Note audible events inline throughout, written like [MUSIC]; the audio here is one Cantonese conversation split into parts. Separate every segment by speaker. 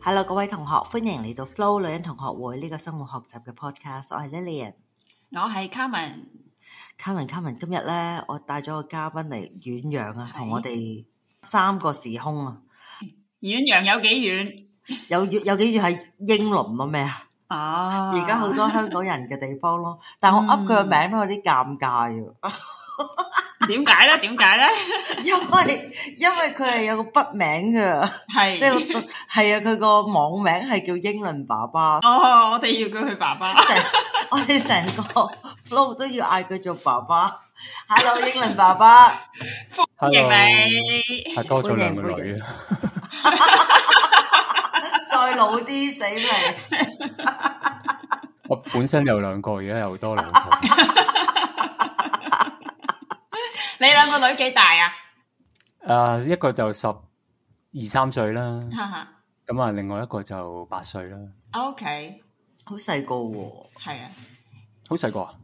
Speaker 1: Hello，各位同學，歡迎嚟到 Flow 女人同學會呢個生活學習嘅 podcast。我係 Lilian，
Speaker 2: 我係 Carmen，
Speaker 1: 卡文卡文。今日咧，我帶咗個嘉賓嚟遠洋啊，同我哋三個時空啊，
Speaker 2: 遠洋有幾遠？
Speaker 1: 有有幾遠係英倫咯咩啊？
Speaker 2: 哦，
Speaker 1: 而家好多香港人嘅地方咯，但我噏佢個名都有啲尷尬啊，
Speaker 2: 點解咧？點解咧？
Speaker 1: 因為因為佢係有個筆名噶，
Speaker 2: 係
Speaker 1: 即係係啊，佢個網名係叫英倫爸爸。
Speaker 2: 哦，我哋要叫佢爸爸。
Speaker 1: 成我哋成個 flow 都要嗌佢做爸爸。Hello，英倫爸爸，
Speaker 2: 歡迎你，
Speaker 3: 系多咗兩個女啊！
Speaker 1: 再老啲死未？
Speaker 3: 我本身有兩個，而家又多兩
Speaker 2: [LAUGHS]
Speaker 3: 個。誒、
Speaker 2: 你兩個女幾大啊？
Speaker 3: 啊一個就十二三歲啦，
Speaker 2: 哈哈
Speaker 3: 咁啊，另外一個就八歲啦，
Speaker 2: ，OK，à.
Speaker 1: 好細個喎，
Speaker 2: 係啊，
Speaker 3: 好細個啊，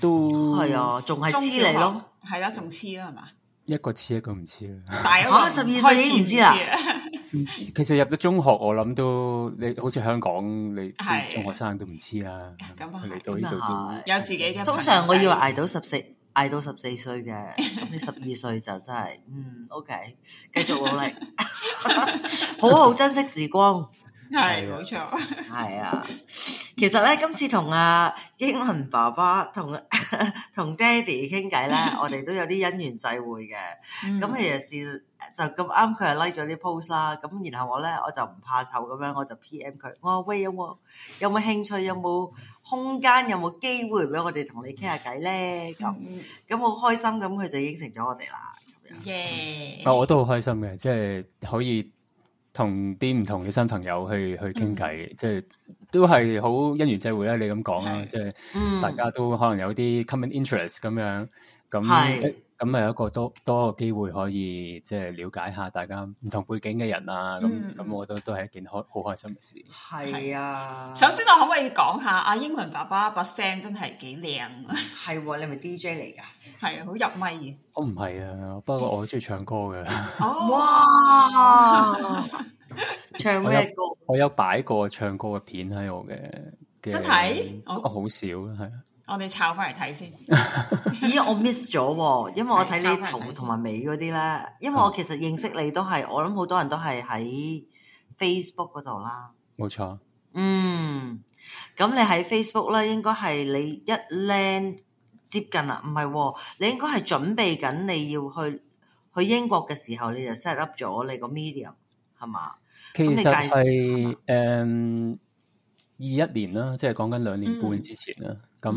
Speaker 3: 都
Speaker 1: 係，啊，仲係
Speaker 2: 嗯中小
Speaker 1: 黐你咯。
Speaker 2: 學，係啦，仲黐啦，係嘛？
Speaker 3: 一個黐一個唔黐啦。
Speaker 2: 大嗰個
Speaker 1: 嚇12
Speaker 2: 開
Speaker 1: 歲已經唔
Speaker 2: 始
Speaker 1: 知啦
Speaker 2: à.
Speaker 3: 其實入咗中學，我諗都你好似香港，你
Speaker 2: 係
Speaker 3: 啲中學生都唔黐啦。
Speaker 2: 咁啊係
Speaker 3: 嚟到呢度
Speaker 1: 咁啊
Speaker 3: 都
Speaker 2: 有自己嘅。
Speaker 1: 通常我以為捱到十四，捱到十四歲嘅，咁你十二歲就真係，嗯，OK，繼續努力， [LAUGHS] 好好珍惜時光。
Speaker 2: 係冇錯，
Speaker 1: 係啊，其實咧，今次同阿英倫爸爸同 [LAUGHS] 同爹哋傾偈咧，我哋都有啲因緣際會嘅。咁
Speaker 2: 咁
Speaker 1: 其實是就咁啱佢係 like 咗啲 post 啦，咁然後我咧我就唔怕醜咁樣，我就 PM 佢，我話喂有冇有冇興趣，有冇空間，有冇機會俾我哋同你傾下偈咧？咁
Speaker 2: Ừ,
Speaker 1: 咁好開心，咁佢就應承咗我哋啦。咁樣
Speaker 2: 耶，
Speaker 3: 啊，我都好開心嘅，即係可以同啲唔同嘅新朋友去去傾偈，即係都係好因緣際會啦。你咁講啦，
Speaker 2: 嗯係
Speaker 3: 即係。
Speaker 1: 嗯，
Speaker 3: 大家都可能有啲 common interest 咁樣，
Speaker 1: 係
Speaker 3: 咁咁咪有一個多多個機會可以即係了解下大家唔同背景嘅人啊，
Speaker 2: 嗯
Speaker 3: 咁咁我覺得都係一件開好開心嘅事。
Speaker 1: 係啊，
Speaker 2: 首先我可唔可以講下阿英倫爸爸把聲真係幾 [LAUGHS] 靚啊？
Speaker 1: 係喎，你係咪 DJ 嚟㗎？
Speaker 2: 係啊，好入咪嘅。
Speaker 3: 我唔係啊，不過我好中意唱歌嘅，
Speaker 2: 哦
Speaker 1: 哇！唱
Speaker 3: 我
Speaker 1: 咩歌？啊
Speaker 3: 我有擺過唱歌嘅片喺我嘅嘅，
Speaker 2: 真係
Speaker 3: 不過好少係啊。
Speaker 2: 我哋抄翻嚟睇先。
Speaker 1: 咦，我 miss 咗喎，因為我
Speaker 2: 係
Speaker 1: 睇你
Speaker 2: 抄翻嚟
Speaker 1: 頭
Speaker 2: 睇嗯
Speaker 1: 同埋尾嗰啲咧，因為我其實認識你都係，我諗好多人都係喺 Facebook 嗰度啦。
Speaker 3: 冇錯，
Speaker 1: 嗯，咁你喺 Facebook 咧，應該係你一 land 接近啦，唔係喎，你應該係準備緊你要去去英國嘅時候，你就 set up 咗你個 medium 係嘛？
Speaker 3: 其
Speaker 1: 你
Speaker 3: 實
Speaker 1: 介紹
Speaker 3: 係誒二一年啦，即係講緊兩年
Speaker 2: 嗯
Speaker 3: 半之前啦。咁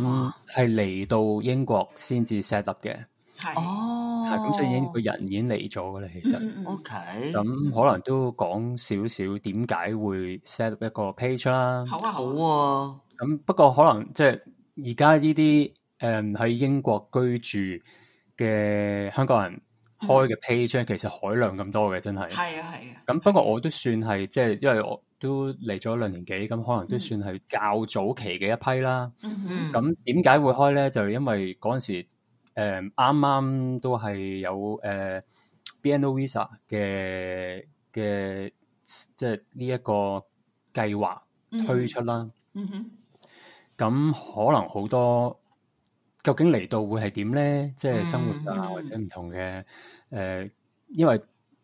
Speaker 3: 係嚟到英國先至 set up 嘅。
Speaker 2: 係
Speaker 1: 哦，
Speaker 3: 係咁所以已經個人已經嚟咗噶啦，其實。
Speaker 2: 嗯嗯嗯
Speaker 1: O K，
Speaker 3: 咁可能都講少少點解會 set up 一個 page 啦。
Speaker 2: 好啊
Speaker 1: 好
Speaker 2: 好啊，
Speaker 1: 喎，
Speaker 3: 咁不過可能即係而家呢啲誒喺英國居住嘅香港人開嘅 page 咧，其實海量咁多嘅，真係。
Speaker 2: 嗯係啊係啊，
Speaker 3: 咁不過我都算係即係，因為我都嚟咗兩年幾，咁可能都算係較早期嘅一批啦。
Speaker 2: 嗯嗯
Speaker 3: 咁點解會開咧？就因為嗰陣時呃誒啱啱都係有誒、呃 BNO Visa 嘅嘅即係呢一個計劃
Speaker 2: 嗯
Speaker 3: 推出啦。
Speaker 2: 嗯哼
Speaker 3: 咁可能好多究竟嚟到會係點咧？即係生活啊，
Speaker 2: 嗯
Speaker 3: 或者唔同嘅誒、呃因為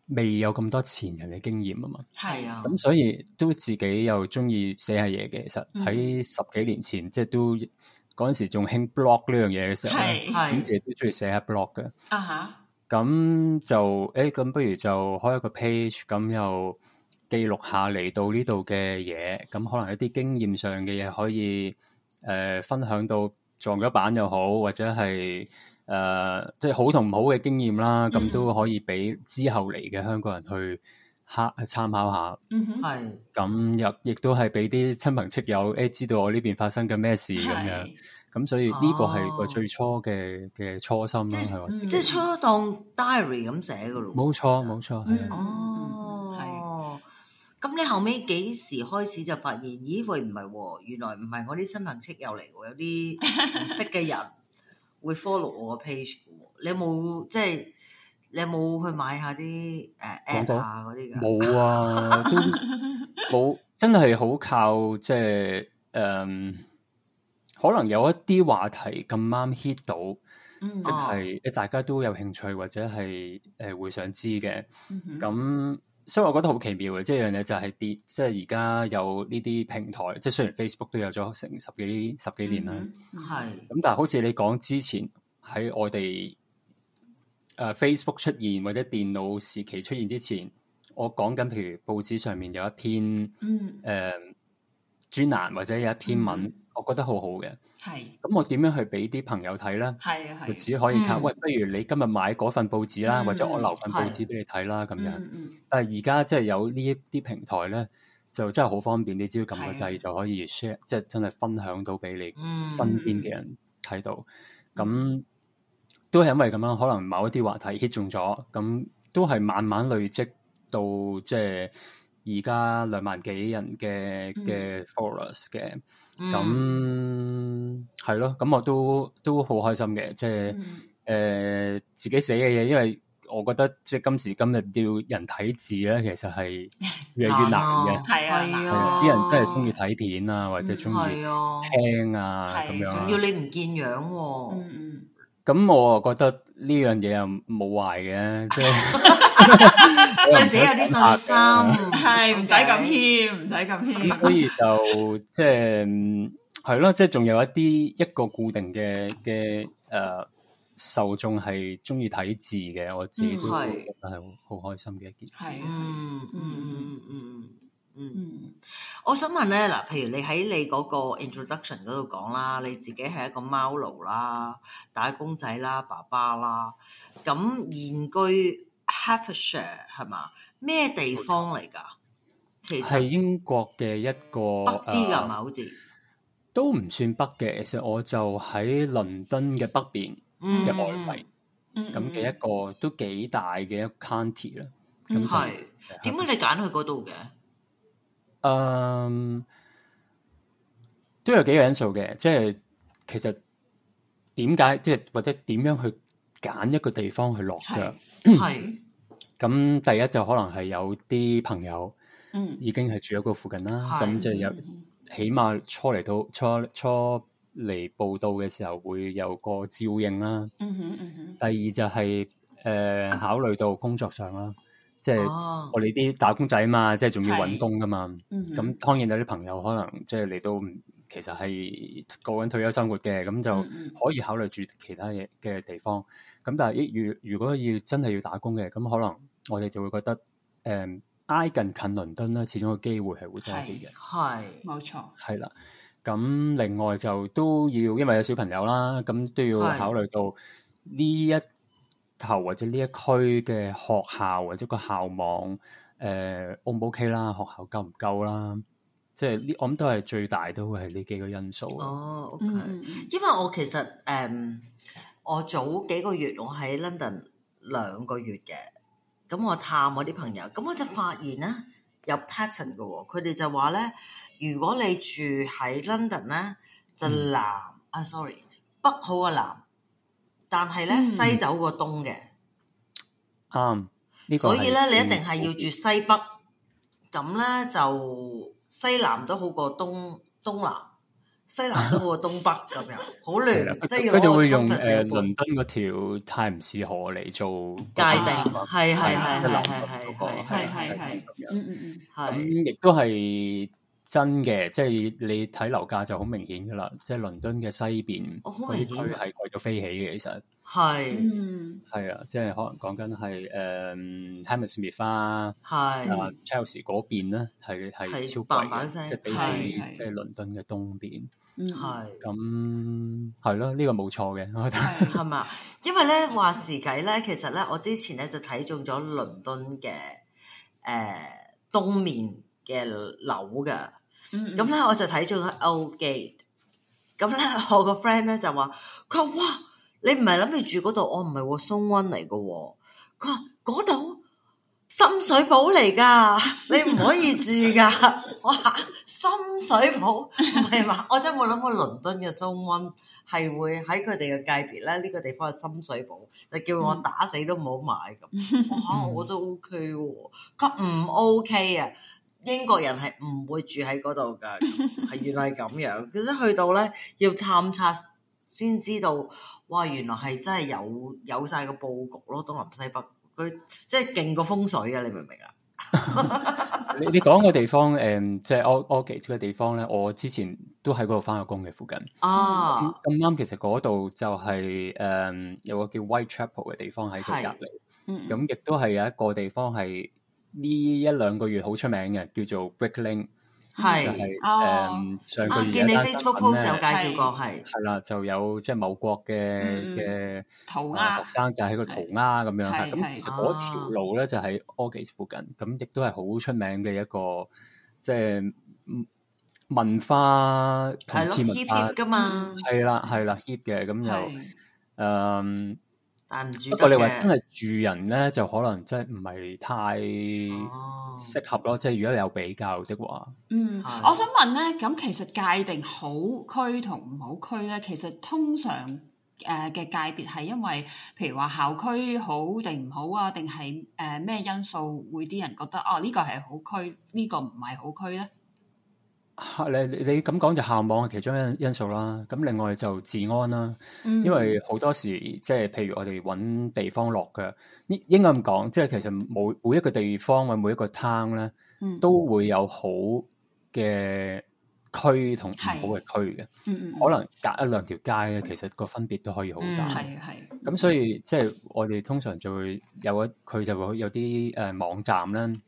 Speaker 3: 未有咁多前人嘅經驗啊嘛。
Speaker 1: 係啊，
Speaker 3: 咁所以都自己又中意寫下嘢嘅。其實
Speaker 2: 嗯
Speaker 3: 喺十幾年前，即係都嗰陣時仲興 blog 呢樣嘢嘅時候咧，
Speaker 2: 係
Speaker 3: 咁自
Speaker 1: 係
Speaker 3: 己都中意寫下 blog 嘅。
Speaker 2: 啊哈，
Speaker 3: 咁就誒，咁、不如就開一個 page，咁又記錄下嚟到呢度嘅嘢，咁可能一啲經驗上嘅嘢可以誒、呃分享到撞咗板又好，或者係誒、呃即係好同唔好嘅經驗啦，
Speaker 2: 嗯
Speaker 3: 咁都可以俾之後嚟嘅香港人去參參考下。
Speaker 2: 嗯哼
Speaker 1: 係
Speaker 3: 咁又亦都係俾啲親朋戚友誒、欸知道我呢邊發生緊咩事咁樣，，咁所以呢個係個
Speaker 1: 哦
Speaker 3: 最初嘅嘅初心啦，
Speaker 1: 即
Speaker 3: 係
Speaker 2: 嗯
Speaker 3: 咪？
Speaker 1: 即係嗯初當 diary 咁寫噶咯喎。
Speaker 3: 冇錯冇錯，係啊。
Speaker 2: 嗯
Speaker 1: 哦，咁你後尾幾時開始就發現？咦，喂，唔係喎，原來唔係我啲親朋戚友嚟喎，
Speaker 2: [LAUGHS]
Speaker 1: 有啲唔識嘅人會 follow 我個 page 嘅喎。你有冇即係你有冇去買下啲誒
Speaker 3: 廣告
Speaker 1: app 啊嗰啲㗎？
Speaker 3: 冇啊，
Speaker 1: [LAUGHS]
Speaker 3: 都冇，真係好靠即係誒，可能有一啲話題咁啱 hit 到，
Speaker 2: 嗯
Speaker 3: 即
Speaker 1: 哦
Speaker 3: 係誒大家都有興趣或者係誒、呃、會想知嘅。
Speaker 2: 嗯哼
Speaker 3: 咁所以我覺得好奇妙嘅，即係樣嘢就係啲，即係而家有呢啲平台，即係雖然 Facebook 都有咗成十幾十幾年啦，咁、
Speaker 2: 嗯哼
Speaker 1: 係
Speaker 3: 但係好似你講之前喺我哋誒、呃 Facebook 出現或者電腦時期出現之前，我講緊譬如報紙上面有一篇誒、
Speaker 2: 嗯
Speaker 3: 呃、專欄或者有一篇文，
Speaker 2: 嗯
Speaker 3: 我覺得好好嘅。
Speaker 2: 係
Speaker 3: 咁我點樣去俾啲朋友睇咧？
Speaker 2: 係啊
Speaker 3: 就
Speaker 2: 係
Speaker 3: 只可以靠、
Speaker 2: 嗯
Speaker 3: 喂，不如你今日買嗰份報紙啦，
Speaker 2: 嗯
Speaker 3: 或者我留份報
Speaker 1: 係
Speaker 3: 紙俾你睇啦，咁樣。
Speaker 2: 嗯嗯
Speaker 3: 但係而家即係有呢一啲平台咧，就真係好方便，你只要撳個
Speaker 2: 係啊
Speaker 3: 掣就可以 share，即係真係分享到俾你
Speaker 1: 嗯
Speaker 3: 身邊嘅人睇到。
Speaker 2: 嗯
Speaker 3: 咁都係因為咁啊樣，可能某一啲話題 hit 中咗，咁都係慢慢累積到即係而家兩萬幾人嘅
Speaker 2: 嗯
Speaker 3: 嘅 followers 嘅。咁係咯，咁我都都好開心嘅，即係。
Speaker 2: 嗯
Speaker 3: 誒、呃自己寫嘅嘢，因為我覺得即係今時今日要人睇字咧，其實係
Speaker 1: [LAUGHS]
Speaker 3: 越嚟越難嘅。
Speaker 2: 係啊
Speaker 3: 係
Speaker 2: 難
Speaker 3: 啊
Speaker 1: 啊，
Speaker 3: 啲人真係中意睇片啊，或者中意
Speaker 1: 係啊，
Speaker 3: 聽啊
Speaker 2: 係
Speaker 3: 咁樣
Speaker 1: 仲
Speaker 3: 啊
Speaker 1: 要。你唔見樣
Speaker 2: 嗯
Speaker 1: 喎，
Speaker 2: 嗯
Speaker 3: 咁我啊覺得呢樣嘢又冇壞嘅，即係 [LAUGHS] 我又唔
Speaker 1: [LAUGHS] 對自
Speaker 3: 使
Speaker 1: 己有啲
Speaker 3: 講
Speaker 1: 信
Speaker 3: 下嘅
Speaker 1: 心，
Speaker 2: 係唔使咁
Speaker 1: OK
Speaker 2: 謙，唔使咁
Speaker 3: 咁所
Speaker 2: 謙，
Speaker 3: 以就即係嗯係咯，即係仲有一啲一個固定嘅嘅誒受眾係中意睇字嘅，我自己都
Speaker 2: 嗯
Speaker 1: 係
Speaker 3: 覺得係好好開心嘅一件事。
Speaker 2: 係啊
Speaker 1: 嗯嗯嗯嗯嗯嗯。
Speaker 2: 嗯
Speaker 1: 我想問咧，嗱，譬如你喺你嗰個 introduction 嗰度講啦，你自己係一個貓奴啦、打工仔啦、爸爸啦，咁現居 Hertfordshire 係嘛？咩地方嚟㗎？其
Speaker 3: 係
Speaker 1: 實
Speaker 3: 英國嘅一個
Speaker 1: 北啲㗎
Speaker 3: 誒
Speaker 1: 係咪？好似
Speaker 3: 都唔算北嘅。其實我就喺倫敦嘅北邊
Speaker 1: 嗯
Speaker 3: 嘅外圍
Speaker 2: 嗯
Speaker 3: 咁嘅一個都幾大嘅一個 county 啦。咁
Speaker 2: 嗯
Speaker 3: 就
Speaker 1: 係點解你揀去嗰
Speaker 3: [CLEARS THROAT]
Speaker 1: 度嘅？
Speaker 3: 嗯都有幾個因素嘅，即係其實點解即係或者點樣去揀一個地方去落腳
Speaker 2: 係？
Speaker 1: 係
Speaker 3: 咁第一就可能係有啲朋友
Speaker 2: 嗯
Speaker 3: 已經係住喺嗰附近啦，
Speaker 1: 係
Speaker 3: 咁即係有。起碼初嚟到初初嚟報到嘅時候會有個照應啦。
Speaker 2: 嗯哼嗯哼
Speaker 3: 第二就係、
Speaker 2: 嗯
Speaker 3: 呃考慮到工作上啦，即係
Speaker 1: 哦
Speaker 3: 我哋啲打工仔嘛，即係仲要
Speaker 2: 係
Speaker 3: 揾工噶嘛。
Speaker 2: 嗯哼，
Speaker 3: 咁當然有啲朋友可能即係嚟到唔其實係過緊退休生活嘅，咁就
Speaker 2: 嗯嗯
Speaker 3: 可以考慮住其他嘢嘅地方。咁但係咦如如果要真係要打工嘅，咁可能我哋就會覺得誒、呃挨近近倫敦啦，始終個機會係會多啲嘅。
Speaker 1: 係
Speaker 2: 冇錯，
Speaker 3: 係啦，咁另外就都要，因為有小朋友啦，咁都要
Speaker 1: 係
Speaker 3: 考慮到呢一頭或者呢一區嘅學校或者個校網，誒 O 唔 OK 啦，學校夠唔夠啦，即係呢，我諗都係最大都會係呢幾個因素。
Speaker 1: 哦，OK。
Speaker 2: 嗯嗯
Speaker 1: 因為我其實誒、嗯我早幾個月我喺 London 兩個月嘅，咁我探我啲朋友，咁我就發現咧有 pattern 嘅喎，佢哋就話咧，如果你住喺 London 咧，就
Speaker 3: 嗯
Speaker 1: 南、啊，sorry，北好過南，但係咧、
Speaker 4: 嗯
Speaker 1: 西走過東嘅，
Speaker 3: 啱，呢個
Speaker 1: 所以咧
Speaker 3: 係嗯
Speaker 1: 你一定係要住西北，咁咧就西南都好過東東南。西南都好過東北
Speaker 3: [LAUGHS]
Speaker 1: 咁樣，好
Speaker 3: 係啦
Speaker 1: 亂，即係
Speaker 3: 佢就會用
Speaker 1: 誒
Speaker 3: 誒倫敦嗰條泰晤士河嚟做
Speaker 1: 界
Speaker 3: 嗰個
Speaker 1: 定，係係係
Speaker 3: 即係
Speaker 1: 係
Speaker 3: 南
Speaker 1: 係
Speaker 3: 北嗰個
Speaker 1: 係
Speaker 2: 係
Speaker 1: 係
Speaker 2: 係
Speaker 3: 係
Speaker 2: 係
Speaker 3: 係咁樣。
Speaker 2: 嗯嗯
Speaker 1: 係
Speaker 3: 咁亦都係真嘅，即係你睇樓價就好明顯噶啦，即係倫敦嘅西邊
Speaker 1: 哦
Speaker 3: 嗰
Speaker 1: 好
Speaker 3: 啲
Speaker 1: 明
Speaker 3: 區
Speaker 1: 顯啊
Speaker 3: 係貴到飛起嘅，其實
Speaker 1: 係
Speaker 2: 嗯，
Speaker 3: 係啊，即係可能講緊係誒 Hammersmith 啊、
Speaker 1: 係
Speaker 3: 啊 Chelsea 嗰邊咧係係
Speaker 1: 係
Speaker 3: 超貴
Speaker 1: 嘭嘭聲
Speaker 3: 嘅，即係比
Speaker 2: 係
Speaker 3: 起
Speaker 2: 係
Speaker 3: 即係倫敦嘅東邊，
Speaker 2: 嗯嗯
Speaker 1: 係
Speaker 3: 咁係咯，呢個冇錯嘅，我覺得
Speaker 2: 係
Speaker 1: 係嘛？因為咧話時計咧，其實咧我之前咧就睇中咗倫敦嘅誒東面嘅樓㗎。
Speaker 2: 嗯
Speaker 1: 咁咧我就睇中咗 Old Gate。咁咧 [LAUGHS] 我個 friend 咧就話：佢話哇，你唔係諗住住嗰度？哦我唔係喎，松灣嚟嘅喎。佢話嗰度深水埗嚟㗎， [LAUGHS] 你唔可以住㗎。 [LAUGHS] 我話深水埗唔係嘛？我真係冇諗過倫敦嘅松灣係會喺佢哋嘅界別咧，呢、個地方係深水埗，就叫我打死都唔好買咁。我話哦我都 OK 喎，佢話唔 OK 啊！英國人係唔會住喺嗰度㗎，係原來係咁樣。 [LAUGHS] 其實去到咧要探測先知道，哇！原來係真係有有晒個佈局咯，東南西北嗰啲即係勁過風水啊！你明唔明啊？
Speaker 3: 你你講個地方誒，即係 O O 嘅嘅地方咧，我之前都喺嗰度翻過工嘅附近。咁
Speaker 1: 啊，
Speaker 3: 嗯咁啱，其實嗰度就係、誒、有個叫 Whitechapel 嘅地方喺佢
Speaker 1: 係
Speaker 3: 隔離，
Speaker 2: 嗯
Speaker 3: 咁亦都係有一個地方係呢一兩個月好出名嘅，叫做 Brick Lane，就
Speaker 1: 係
Speaker 3: 係、誒、
Speaker 2: 哦
Speaker 3: 上個
Speaker 1: 啊，
Speaker 3: 月
Speaker 1: 見你
Speaker 3: 有一單
Speaker 1: Facebook
Speaker 3: 新聞
Speaker 1: post 有介
Speaker 3: 咧
Speaker 1: 紹過，係
Speaker 3: 係啦，就有即係某國嘅
Speaker 2: 嗯
Speaker 3: 嘅
Speaker 2: 塗
Speaker 3: 啊學
Speaker 2: 鴉
Speaker 3: 生就喺個塗鴉咁樣
Speaker 2: 係
Speaker 3: 係，
Speaker 2: 係哦
Speaker 3: 咁其實嗰條路咧就喺 o r g a s 附近，咁亦都係好出名嘅一個即係嗯文化同
Speaker 1: 係咯
Speaker 3: 次文
Speaker 1: ，hip
Speaker 3: 化
Speaker 1: hip 㗎嘛，
Speaker 3: 係啦係啦 hip 嘅，咁又。
Speaker 2: 係
Speaker 3: 誒，
Speaker 1: 但唔住
Speaker 3: 嗯不
Speaker 1: 得
Speaker 3: 過你話真
Speaker 1: 嘅。
Speaker 3: 係住人咧，就可能真係唔係太
Speaker 1: 哦
Speaker 3: 適合咯。即係如果你有比較的話，
Speaker 2: 嗯，
Speaker 1: 係
Speaker 2: 我想問咧，咁其實界定好區同唔好區咧，其實通常呃誒嘅界別係因為，譬如話校區好定唔好啊，定係誒咩因素會啲人覺得哦呢個係好區，呢個唔係好區咧？
Speaker 3: 嚇啊你你你咁講就校網係其中一因素啦。咁另外就治安啦，
Speaker 2: 嗯
Speaker 3: 因為好多時即係譬如我哋揾地方落嘅，應應該咁講，即係其實每每一個地方或每一個 town 咧，
Speaker 2: 嗯
Speaker 3: 都會有好嘅區同唔好嘅區嘅。
Speaker 2: 嗯嗯
Speaker 3: 可能隔一兩條街咧，其實個分別都可以好大。
Speaker 1: 嗯
Speaker 2: 係係
Speaker 3: 咁所以即係我哋通常就會有一佢就會有啲誒、呃、網站咧，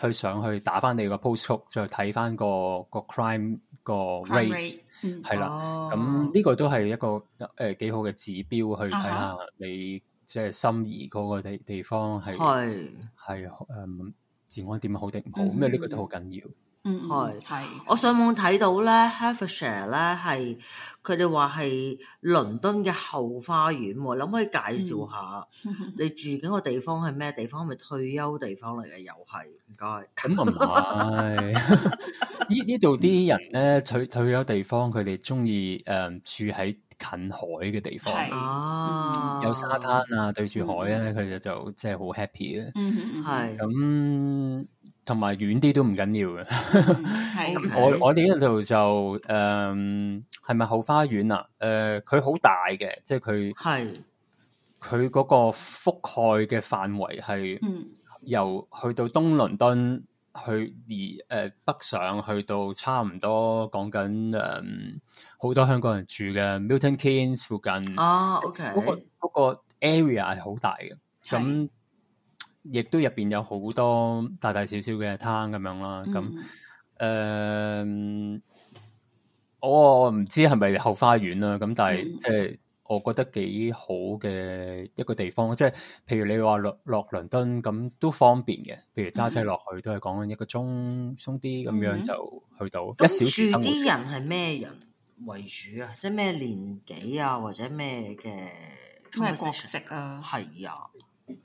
Speaker 3: 去上去打翻你個 postcode，再睇翻個個 crime 個
Speaker 2: crime
Speaker 3: rate
Speaker 2: rate 嗯
Speaker 3: 係啦。
Speaker 1: 哦
Speaker 3: 咁呢個都係一個誒、呃、幾好嘅指標去睇
Speaker 2: 啊
Speaker 3: 下你即係心儀嗰個地地方係
Speaker 1: 係。
Speaker 3: 係誒治安點好定唔好，
Speaker 2: 嗯
Speaker 3: 因為呢個都好緊要。
Speaker 2: 嗯嗯
Speaker 1: 係
Speaker 2: 係 [LAUGHS]
Speaker 1: 我上網睇到咧 h a v e r s h i r e 咧係佢哋話係倫敦嘅後花園喎，諗可以介紹下
Speaker 3: 嗯
Speaker 2: 嗯
Speaker 1: 你住緊個地方係咩地方？係咪退休地方嚟嘅？又係唔該。
Speaker 3: 咁啊唔
Speaker 2: [LAUGHS]
Speaker 3: 係，呢呢度啲人咧退退咗地方，佢哋中意誒住喺近海嘅地方，
Speaker 2: 係哦
Speaker 1: 啊，
Speaker 3: 有沙灘啊，對住海咧，佢哋就即係好 happy 嘅。
Speaker 2: 嗯嗯嗯
Speaker 1: 係，
Speaker 3: 咁同埋遠啲都唔緊要嘅。
Speaker 2: 嗯係
Speaker 3: 我我哋呢度就誒係咪後花園啊？誒佢好大嘅，即係佢
Speaker 1: 係
Speaker 3: 佢嗰個覆蓋嘅範圍係。
Speaker 2: 嗯
Speaker 3: 由去到東倫敦去而誒、呃北上去到差唔多講緊誒好多香港人住嘅 Milton Keynes 附近，嗰、
Speaker 1: 啊，OK，
Speaker 3: 個嗰個 area 係好大嘅，咁亦都入邊有好多大大小小嘅攤咁樣啦，咁呃誒、我唔知係咪後花園啦，咁但係
Speaker 2: 嗯
Speaker 3: 即係。我覺得幾好嘅一個地方，即係譬如你話落落倫敦咁都方便嘅，譬如揸車落去都係講緊一個鐘鬆啲咁樣
Speaker 2: 嗯
Speaker 3: 就去到一
Speaker 1: 咁
Speaker 3: 小時
Speaker 1: 住
Speaker 3: 生活圈。
Speaker 1: 啲人係咩人為主啊？即係咩年紀啊，或者咩嘅
Speaker 2: 咩國籍
Speaker 1: conversation？
Speaker 2: 啊？
Speaker 1: 係啊，
Speaker 3: 誒、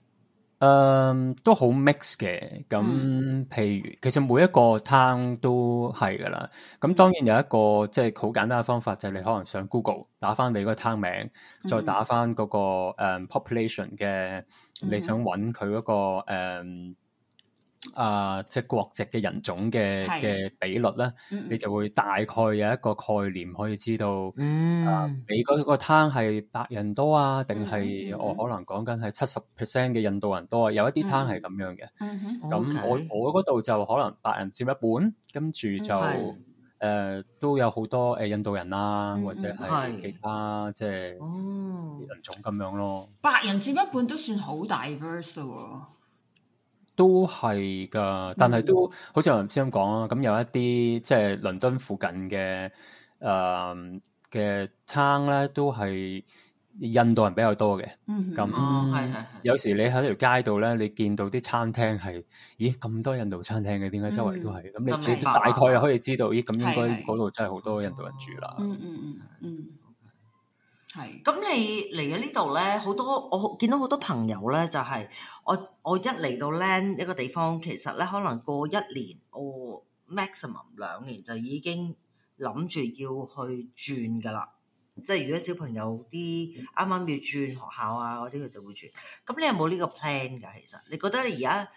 Speaker 3: 呃都好 mix 嘅，咁譬如其實每一個 town 都係噶啦，咁當然有一個即係好簡單嘅方法，就係、你可能上 Google 打翻你嗰個 town 名，再打翻嗰、個、誒 population 嘅你想揾佢嗰個誒、啊即係國籍嘅人種嘅
Speaker 2: 係
Speaker 3: 嘅比率咧，
Speaker 2: 嗯
Speaker 3: 你就會大概有一個概念可以知道。啊
Speaker 1: 嗯，
Speaker 3: 你嗰個攤係白人多啊，定
Speaker 2: 嗯嗯
Speaker 3: 係
Speaker 2: 嗯
Speaker 3: 我可能講緊係七十 percent 嘅印度人多啊？有一啲攤係咁樣嘅。
Speaker 2: 嗯哼，
Speaker 3: 咁
Speaker 1: OK
Speaker 3: 我我嗰度就可能白人佔一半，跟住就誒
Speaker 1: 係、
Speaker 3: 都有好多誒印度人啊，
Speaker 2: 嗯
Speaker 3: 或者
Speaker 1: 係
Speaker 3: 係其他即係
Speaker 1: 哦，
Speaker 3: 人種咁樣咯，
Speaker 2: 白人佔一半都算好 diverse 咯
Speaker 3: 都係㗎。但係都好似我頭先咁講啦，咁有一啲即係倫敦附近嘅誒嘅攤咧，都係印度人比較多嘅。
Speaker 2: 喎。嗯
Speaker 3: 咁
Speaker 2: 哼，
Speaker 1: 哦係係係
Speaker 3: 有時你喺條街度咧，你見到啲餐廳係，咦咁多印度餐廳嘅，點解周圍都係？咁、
Speaker 1: 咁
Speaker 3: 你你
Speaker 2: 明
Speaker 3: 大
Speaker 1: 白
Speaker 3: 概就可以知道，咦咁應
Speaker 2: 係
Speaker 3: 該
Speaker 2: 係
Speaker 3: 嗰度真係好多印度人住啦。
Speaker 2: 嗯嗯嗯嗯，係。
Speaker 1: 咁你嚟咗呢度咧，好多我見到好多朋友咧，就係、我我一嚟到 land 一個地方，其實咧可能過一年，我 maximum 兩年就已經諗住要去轉噶啦。即係如果小朋友啲啱啱要轉學校啊嗰啲，佢就會轉。咁你有冇呢個 plan 㗎？其實你覺得你而家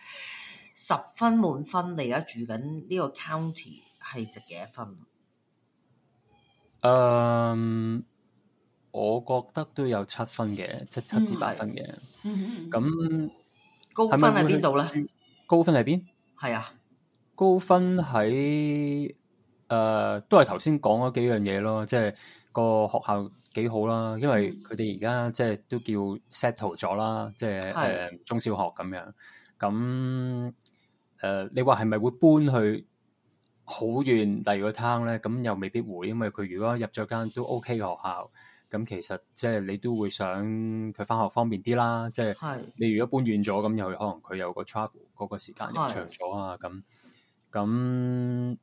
Speaker 1: 十分滿分，你而家住緊呢個 county 係值幾多分？
Speaker 3: 嗯，我覺得都有七分嘅，即係七至八分嘅。
Speaker 2: 嗯哼
Speaker 3: 咁
Speaker 1: 高
Speaker 3: 係
Speaker 1: 分
Speaker 3: 咪
Speaker 1: 喺邊度咧？
Speaker 3: 會？高分喺邊？
Speaker 1: 係啊，
Speaker 3: 高分喺誒、呃都係頭先講嗰幾樣嘢咯，即係個學校幾好啦，因為佢哋而家即係都叫 settle 咗啦，即係誒、呃中小學咁樣。咁誒、呃你話係咪會搬去好遠第二個 town 咧？咁又未必會，因為佢如果入咗間都 OK 嘅學校，咁其實即係你都會想佢翻學方便啲啦，即係。
Speaker 1: 係。
Speaker 3: 你如果搬遠咗，咁又可能佢有個 travel 嗰個時間又
Speaker 1: 係
Speaker 3: 長咗啊，咁咁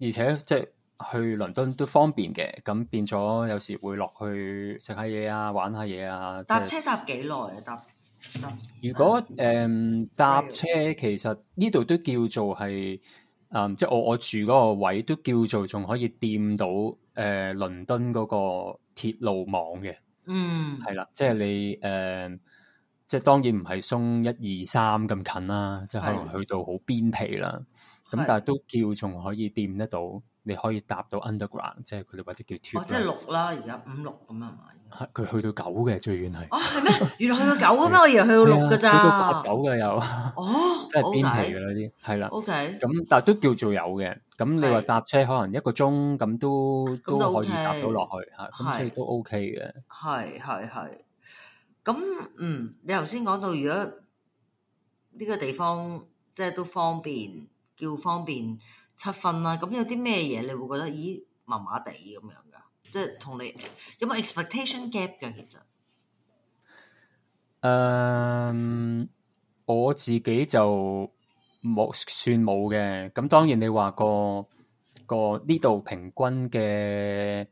Speaker 3: 而且即係去倫敦都方便嘅，咁變咗有時會落去食下嘢啊，玩下嘢啊。即
Speaker 1: 搭
Speaker 3: 係
Speaker 1: 車啊搭幾耐啊？搭搭
Speaker 3: 如果誒、
Speaker 1: 啊
Speaker 3: 搭車，其實呢度都叫做係誒、嗯即係我我住嗰個位都叫做仲可以掂到誒、倫敦嗰個鐵路網嘅。
Speaker 1: 嗯
Speaker 3: 係啦，即係你誒、呃即係當然唔係松一二三咁近啦，即係可能
Speaker 1: 係
Speaker 3: 去到好邊皮啦。咁
Speaker 1: 係
Speaker 3: 但係都叫仲可以掂得到，你可以搭到 underground，即係佢哋或者叫
Speaker 1: 哦，即係
Speaker 3: tube 啦。
Speaker 1: 六啦，而家五六咁啊嘛。
Speaker 3: 係佢去到九嘅最遠係， [LAUGHS]
Speaker 1: 哦，係咩？原來去到九嘅咩？我以為去到六
Speaker 3: 係啊
Speaker 1: 㗎咋。
Speaker 3: 去到八九嘅又，
Speaker 1: 哦，
Speaker 3: 即係邊皮嘅嗰啲，係啦。
Speaker 1: O K，
Speaker 3: 咁但係都叫做有嘅。咁你話
Speaker 1: 係
Speaker 3: 搭車可能一個鐘咁都
Speaker 1: 咁都
Speaker 3: 都可以
Speaker 1: OK
Speaker 3: 搭到落去嚇，咁所以
Speaker 1: 係
Speaker 3: 都 OK 嘅。
Speaker 1: 係係係。咁嗯，你頭先講到如果呢個地方即係都方便，叫方便七分啦。咁有啲咩嘢你會覺得咦麻麻地咁樣㗎？即係同你有冇 expectation gap 嘅其實？
Speaker 3: 誒、嗯我自己就冇算冇嘅。咁當然你話個個呢度平均嘅，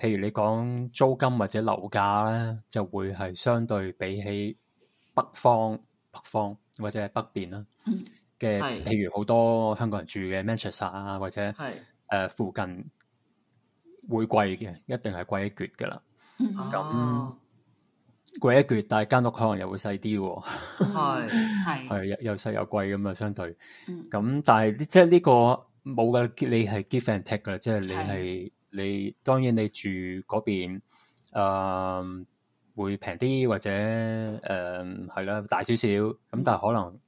Speaker 3: 譬如你講租金或者樓價咧，就會係相對比起北方、北方或者係北邊啦
Speaker 2: 嗯
Speaker 3: 嘅，
Speaker 1: 係
Speaker 3: 譬如好多香港人住嘅 Manchester 啊，或者誒、
Speaker 1: 係
Speaker 3: 呃附近會貴嘅，一定係貴一橛噶啦，
Speaker 1: 哦，
Speaker 3: 貴一橛，但係間屋可能又會細啲喎。
Speaker 1: 嗯係
Speaker 2: 啊係
Speaker 3: 係又又細又貴咁啊，相對
Speaker 2: 嗯
Speaker 3: 咁，但係即係呢個冇㗎，你係 give and take 㗎啦，即係你係你當然你住嗰邊誒會平啲，或者誒係啦大少少，咁但
Speaker 2: 嗯
Speaker 3: 係可能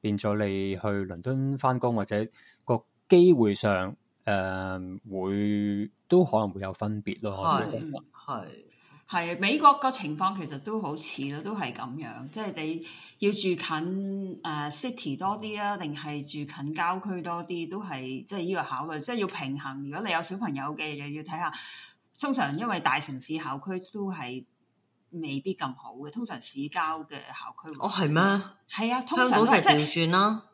Speaker 3: 變咗你去倫敦翻工或者個機會上誒會都可能會有分別咯，
Speaker 2: 哦
Speaker 3: 我自己覺
Speaker 2: 嗯
Speaker 3: 得
Speaker 1: 係。
Speaker 2: 係美國個情況其實都好似咯，都係咁樣，即係你要住近誒、呃 city 多啲啊，定係住近郊區多啲，都係即係呢個考慮，即係要平衡。如果你有小朋友嘅，又要睇下通常因為大城市校區都係未必咁好嘅，通常市郊嘅校區會
Speaker 1: 哦，係咩？
Speaker 2: 係啊，通常
Speaker 1: 香港
Speaker 2: 都係
Speaker 1: 係
Speaker 2: 即係
Speaker 1: 調轉啦，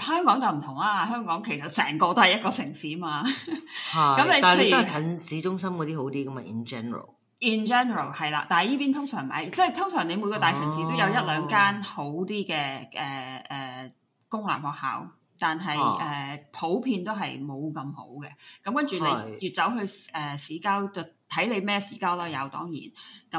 Speaker 2: 香港就唔同啦，香港其實成個都係一個城市嘛。咁
Speaker 1: 係，
Speaker 2: 你
Speaker 1: 但係
Speaker 2: 譬如
Speaker 1: 你都係近市中心嗰啲好啲噶嘛，in general。
Speaker 2: In general 係啦，但係呢邊通常咪即係通常你每個大城市都有一
Speaker 1: 哦
Speaker 2: 兩間好啲嘅誒誒公立學校，但係誒、
Speaker 1: 哦
Speaker 2: 呃普遍都係冇咁好嘅。咁跟住
Speaker 1: 係
Speaker 2: 你越走去誒、呃市郊，就睇你咩市郊啦，有當然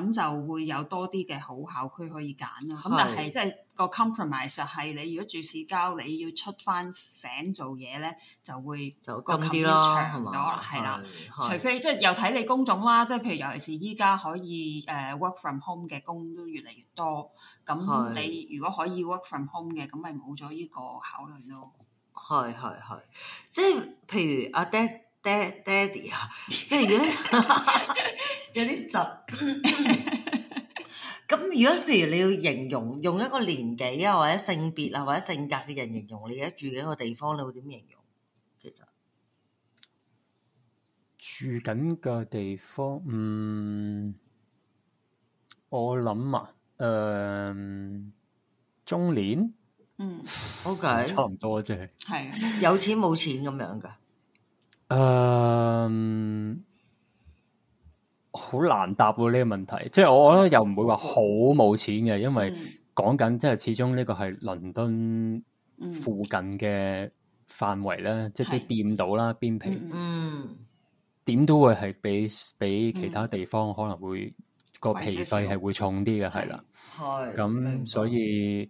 Speaker 2: 咁就會有多啲嘅好校區可以揀啦。咁但係
Speaker 1: 係
Speaker 2: 即係個 compromise 就係你如果住市郊，你要出翻醒做嘢咧，就會
Speaker 1: 就
Speaker 2: 個 commute
Speaker 1: 金啲啦，係
Speaker 2: 長咗
Speaker 1: 嘛
Speaker 2: 啦，？係啦。
Speaker 1: 係，
Speaker 2: 除
Speaker 1: 係
Speaker 2: 非即係又睇你工種啦，即係譬如尤其是依家可以誒、呃 work from home 嘅工都越嚟越多，咁
Speaker 1: 係
Speaker 2: 你如果可以 work from home 嘅，咁咪冇咗呢個考慮咯。
Speaker 1: 係係係，即係譬如阿爹爹爹哋啊， [LAUGHS] 即係如
Speaker 2: [LAUGHS]
Speaker 1: 果有啲窒。咁如果譬如你要形容用一個年紀啊，或者性別啊，或者性格嘅人形容你而家住嘅一個地方，你會點形容？其實
Speaker 3: 住緊嘅地方，嗯，我諗啊，誒、中年
Speaker 2: 嗯，
Speaker 3: 差
Speaker 1: OK，
Speaker 3: 唔多啫。
Speaker 2: 係啊，
Speaker 1: 有錢冇錢咁樣噶，
Speaker 3: 誒、
Speaker 2: 嗯
Speaker 3: 嗯好難答喎呢個問題，即係我覺得又唔會話好冇錢嘅，因為
Speaker 2: 嗯
Speaker 3: 講緊即係始終呢個係倫敦
Speaker 2: 嗯
Speaker 3: 附近嘅範圍咧，即係啲
Speaker 2: 係
Speaker 3: 店到啦、邊皮
Speaker 2: 嗯嗯，
Speaker 1: 嗯，
Speaker 3: 點都會係比比其他地方可能會個
Speaker 2: 嗯貴
Speaker 3: 皮
Speaker 2: 少
Speaker 3: 費
Speaker 2: 少
Speaker 3: 係會重啲嘅，係啦。
Speaker 1: 係。明白
Speaker 3: 咁所以。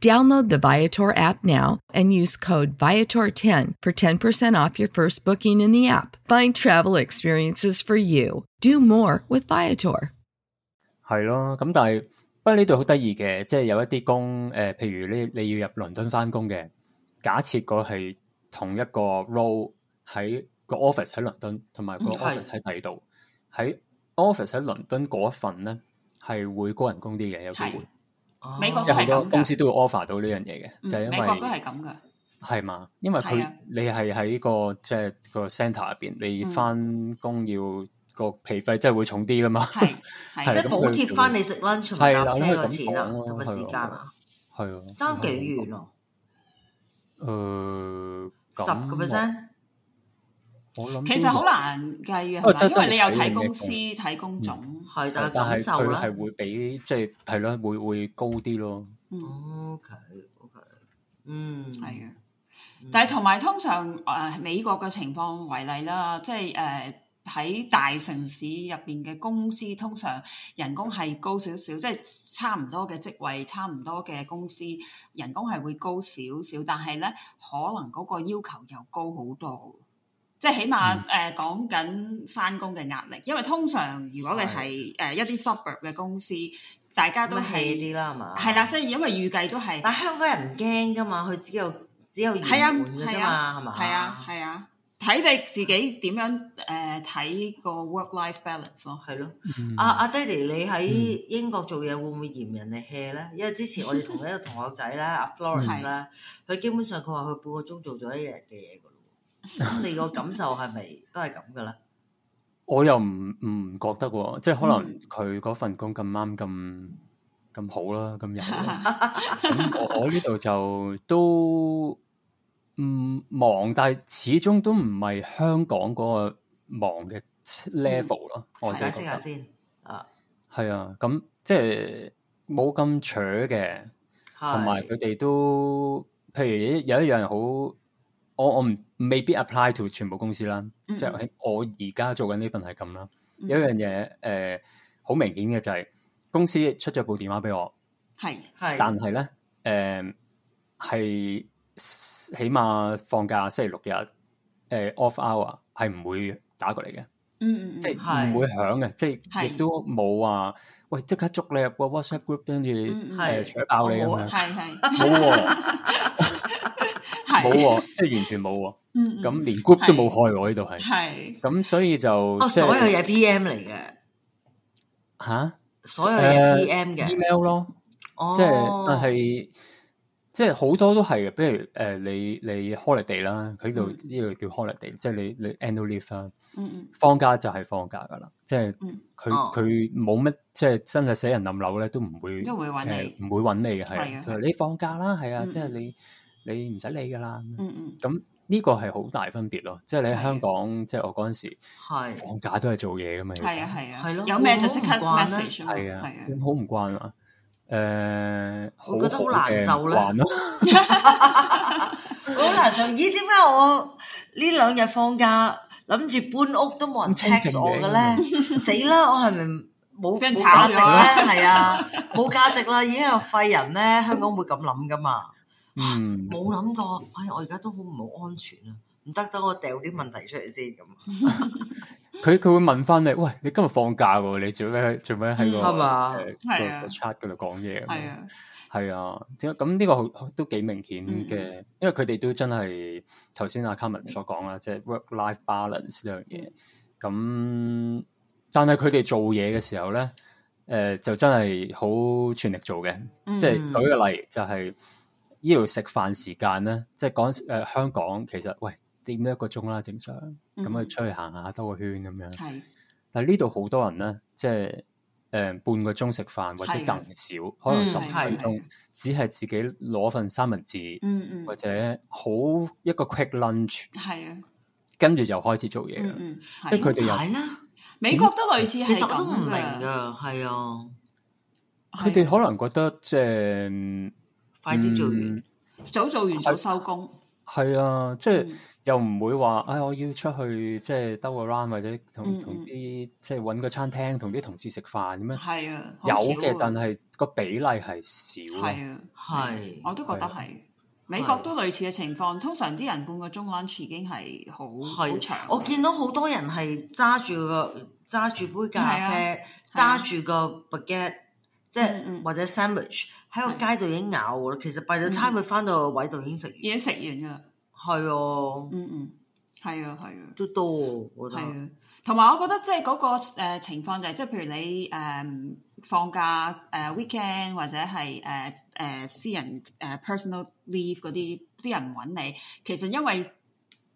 Speaker 4: Download the Viator app now and use code Viator10 for 10% off your first booking in the app. Find travel experiences for you. Do more with Viator.
Speaker 3: 係咯，咁但係不過呢度好得意嘅，即係有一啲工誒、呃譬如你你要入倫敦翻工嘅，假設個係同一個 role 喺個 office 喺倫敦，同埋個
Speaker 1: 嗯係
Speaker 3: office 喺第二度，喺 office 喺倫敦嗰一份咧係會高人工啲嘅，有機會
Speaker 2: 係，
Speaker 1: 哦
Speaker 2: 美國
Speaker 3: 即係
Speaker 2: 都
Speaker 3: 好
Speaker 2: 係
Speaker 3: 多
Speaker 2: 咁
Speaker 3: 公司
Speaker 2: 㗎，
Speaker 3: 都會 offer 到呢樣嘢嘅，就係
Speaker 2: 嗯
Speaker 3: 因
Speaker 2: 美國都係
Speaker 3: 為 [LAUGHS]
Speaker 2: 咁㗎，
Speaker 3: 係嘛，因為
Speaker 2: 係
Speaker 3: 佢
Speaker 2: 啊嗯
Speaker 3: 你係喺個即係個 centre 入邊，你翻工要個皮費真係會重啲噶嘛，
Speaker 2: 係
Speaker 3: 係
Speaker 1: 即
Speaker 2: 係
Speaker 1: 係
Speaker 3: 咁
Speaker 1: 補
Speaker 3: 佢
Speaker 1: 貼
Speaker 3: 就
Speaker 1: 翻你食 lunch 同
Speaker 3: 係啦
Speaker 1: 搭車
Speaker 3: 咁佢
Speaker 1: 個
Speaker 3: 咁
Speaker 1: 錢啊，
Speaker 3: 講咯
Speaker 1: 同埋
Speaker 3: 係
Speaker 1: 時
Speaker 3: 咯
Speaker 1: 間啊，
Speaker 3: [LAUGHS] 係啊，
Speaker 1: 爭幾遠啊？
Speaker 3: 誒，
Speaker 1: 十個
Speaker 3: 嗯咁啊
Speaker 1: percent，
Speaker 3: 我諗
Speaker 2: 其實好難計嘅，
Speaker 3: 哦真
Speaker 2: 係咪
Speaker 3: 真
Speaker 2: 因為
Speaker 3: 係
Speaker 2: 你又
Speaker 3: 睇
Speaker 2: 睇
Speaker 3: 人嘅
Speaker 2: 公司、睇工種。
Speaker 1: 係，但
Speaker 3: 邊個，
Speaker 1: 係
Speaker 2: 啊
Speaker 3: 但係
Speaker 1: 感受
Speaker 3: 佢
Speaker 1: 啦。
Speaker 3: 係會比即係係咯，會會高啲咯。
Speaker 2: 嗯，
Speaker 1: O K O K，嗯，
Speaker 2: 係啊嘅。
Speaker 1: 嗯，
Speaker 2: 但係同埋通常誒、呃美國嘅情況為例啦，即係誒喺大城市入邊嘅公司，通常人工係高少少，即係差唔多嘅職位、差唔多嘅公司，人工係會高少少，但係咧可能嗰個要求又高好多。即係起碼誒、呃、講緊翻工嘅壓力，因為通常如果你係誒一啲 suburb 嘅公司，大家
Speaker 1: 都
Speaker 2: 都
Speaker 1: 係
Speaker 2: 係
Speaker 1: 啲啊啦，係嘛？
Speaker 2: 係啦，，即係因為預計都係
Speaker 1: 但香港人唔驚噶嘛，佢只有只有
Speaker 2: 係啊
Speaker 1: 圓滿嘅啫嘛，係嘛？
Speaker 2: 係啊，係啊，睇你自己點樣誒睇、個 work-life balance 咯。
Speaker 1: 係咯。
Speaker 3: 嗯
Speaker 1: 阿阿爹哋，你喺英國做嘢會唔會嫌人哋 hea 咧？因為之前我哋同一個同學仔咧，
Speaker 3: 嗯
Speaker 1: 阿 Florence 咧，佢基本上佢話佢半個鐘做咗一日嘅嘢噶咯喎。咁你個感受係咪都係咁噶啦？
Speaker 3: 我又唔唔覺得喎，即係可能
Speaker 2: 嗯
Speaker 3: 佢嗰份工咁啱咁咁好啦，咁有啦。咁我我呢度就都唔忙，但係始終都唔係香港嗰個忙嘅 level 咯。 [LAUGHS] 我自
Speaker 1: 解
Speaker 3: 己
Speaker 1: 釋
Speaker 3: 覺
Speaker 1: 下
Speaker 3: 得
Speaker 1: 先啊，
Speaker 3: 係啊，咁即係冇咁扯嘅。同埋佢
Speaker 1: 係
Speaker 3: 哋都，譬如有一樣好，我我唔未必 apply to 全部公司啦，
Speaker 2: 嗯
Speaker 3: 即係我而家做緊呢份係咁啦。
Speaker 2: 嗯
Speaker 3: 有一樣嘢誒，好、明顯嘅就係、公司出咗部電話俾我，
Speaker 2: 係
Speaker 3: 但
Speaker 1: 係
Speaker 3: 係咧誒係起碼放假星期六日誒、off hour 係唔會打過嚟嘅。
Speaker 2: 嗯嗯
Speaker 3: 即係
Speaker 2: 嗯，
Speaker 1: 係
Speaker 3: 唔會響嘅，即係
Speaker 2: 係
Speaker 3: 亦都冇話喂即刻捉你入個 WhatsApp group 跟住
Speaker 2: 嗯嗯
Speaker 3: 誒扯爆你咁
Speaker 1: 我冇啊
Speaker 3: 樣，
Speaker 2: 係係
Speaker 3: 冇喎。
Speaker 2: 係
Speaker 3: 冇喎，即係完全冇喎。
Speaker 2: 嗯嗯
Speaker 3: 咁連 group 都冇
Speaker 2: 係
Speaker 3: 開喎，呢度係。
Speaker 2: 係
Speaker 3: 咁所以就
Speaker 1: 哦，
Speaker 3: 即係
Speaker 1: 所有嘢 PM 嚟嘅，
Speaker 3: 吓
Speaker 1: 所有
Speaker 3: 誒
Speaker 1: 嘢 PM 嘅，
Speaker 3: email 咯，
Speaker 1: 哦，
Speaker 3: 即係但係即係好多都係嘅。比如誒，你你 holiday 啦，佢呢度
Speaker 2: 嗯
Speaker 3: 呢度叫 holiday，即係你你 annual leave 啦，
Speaker 2: 嗯嗯
Speaker 3: 放假就係放假㗎啦。即係
Speaker 2: 嗯
Speaker 3: 佢
Speaker 1: 哦
Speaker 3: 佢冇乜即係真係死人冧樓咧，都唔會呃
Speaker 2: 都唔會揾你
Speaker 3: 誒唔會揾你嘅係
Speaker 2: 係
Speaker 3: 啊。
Speaker 2: 啊
Speaker 3: 佢話你放假啦，係啊，
Speaker 2: 嗯
Speaker 3: 即係你你唔使理㗎啦。
Speaker 2: 嗯嗯，
Speaker 3: 咁呢個係好大分別咯。即係你喺香港，即係我嗰陣時。
Speaker 1: 係
Speaker 3: 放假都係做嘢噶嘛，其實
Speaker 2: 係啊係啊，
Speaker 1: 係咯
Speaker 2: 有咩就即刻
Speaker 1: 會唔會唔慣呢
Speaker 2: message 啊嘛，
Speaker 3: 係啊
Speaker 2: 係，啊，
Speaker 3: 咁好唔慣啊。誒，好
Speaker 1: 我覺得好難受咧
Speaker 3: 好嘅唔慣咯，
Speaker 1: 好難受。咦？點解我呢兩日放假諗住搬屋都冇
Speaker 3: 咁
Speaker 1: 人
Speaker 3: 清靜
Speaker 1: text 我嘅咧？死啦！我係咪冇
Speaker 2: 俾人
Speaker 1: 冇
Speaker 2: 炒
Speaker 1: 價
Speaker 2: 咗
Speaker 1: 值
Speaker 2: 啊
Speaker 1: 咧？係啊，冇價值啦，已經係廢人咧。香港會咁諗噶嘛？
Speaker 3: 嗯，
Speaker 1: 冇諗過，哎呀，我而家都好唔好安全啊？唔得，等我掉啲問題出嚟先咁。
Speaker 3: [LAUGHS] 佢佢會問翻你，喂，你今日放假喎，你做咩做咩喺個
Speaker 2: 嗯
Speaker 1: 係嘛
Speaker 3: 誒
Speaker 2: 係
Speaker 3: 個
Speaker 2: 啊
Speaker 3: 個 chat 嗰度講嘢咁樣
Speaker 2: 係啊，
Speaker 3: 係啊，點解咁呢個好都幾明顯
Speaker 1: 嗯
Speaker 3: 嘅，因為佢哋都真係頭先阿 Carmen 所講啦，即係 work-life balance 呢樣
Speaker 1: 嗯
Speaker 3: 嘢。咁但係佢哋做嘢嘅時候咧，誒、就真係好全力做嘅。即係舉
Speaker 2: 嗯
Speaker 3: 個例，就係呢度食飯時間咧，即係講誒香港其實喂點一個鐘啦，正常咁啊
Speaker 2: 嗯
Speaker 3: 出去行下兜個圈咁樣。
Speaker 2: 係
Speaker 3: 但係呢度好多人咧，即係誒、半個鐘食飯或者
Speaker 2: 係啊
Speaker 3: 更少，可能
Speaker 1: 嗯
Speaker 3: 十五
Speaker 1: 係
Speaker 3: 分鐘
Speaker 2: 係，啊
Speaker 3: 只係自己攞份三文治、
Speaker 2: 嗯嗯
Speaker 3: 或者好一個 quick lunch，
Speaker 2: 係啊，
Speaker 3: 跟住又開始做嘢啦。
Speaker 2: 嗯嗯
Speaker 3: 即係
Speaker 2: 係
Speaker 3: 佢哋又
Speaker 1: 點解咧？
Speaker 2: 美國都類似
Speaker 1: 其
Speaker 2: 係
Speaker 1: 實我都唔
Speaker 2: 咁
Speaker 1: 明
Speaker 2: 㗎，
Speaker 1: 噶，係啊，
Speaker 2: 嗯
Speaker 3: 佢哋可能覺得即係
Speaker 1: 快啲做完
Speaker 3: 嗯。
Speaker 2: 早做完早收工，
Speaker 3: 係啊，即係
Speaker 2: 嗯
Speaker 3: 又唔會話，唉，我要出去即係兜個 round 或者同
Speaker 2: 嗯
Speaker 3: 同
Speaker 2: 嗯
Speaker 3: 啲即係揾個餐廳同啲同事食飯咁樣。
Speaker 2: 係啊，好
Speaker 3: 有
Speaker 2: 少
Speaker 3: 嘅
Speaker 2: 啊，
Speaker 3: 但係個比例係少咯。
Speaker 2: 係啊。
Speaker 1: 係
Speaker 2: 我都覺得係。美國都類似嘅情況，通常啲人半個鐘 lunch 已經係好好長
Speaker 1: 係
Speaker 2: 嘅。，
Speaker 1: 我見到好多人係揸住個揸住杯咖啡，
Speaker 2: 係啊
Speaker 1: 揸住個 baguette，即
Speaker 2: 嗯
Speaker 1: 係
Speaker 2: 嗯
Speaker 1: 或者 sandwich 喺個街度已經咬㗎啦。其實閉咗
Speaker 2: 嗯
Speaker 1: time 佢翻到個位度已經食完，
Speaker 2: 已經食完㗎啦。
Speaker 1: 係啊，
Speaker 2: 嗯嗯，係啊係啊。
Speaker 1: 都多我覺
Speaker 2: 係
Speaker 1: 得。
Speaker 2: 啊，同埋我覺得即係嗰個、呃、情況就係、即係譬如你誒、嗯放假誒、呃 weekend 或者係誒誒私人誒、呃 personal leave 嗰啲啲人唔揾你，其實因為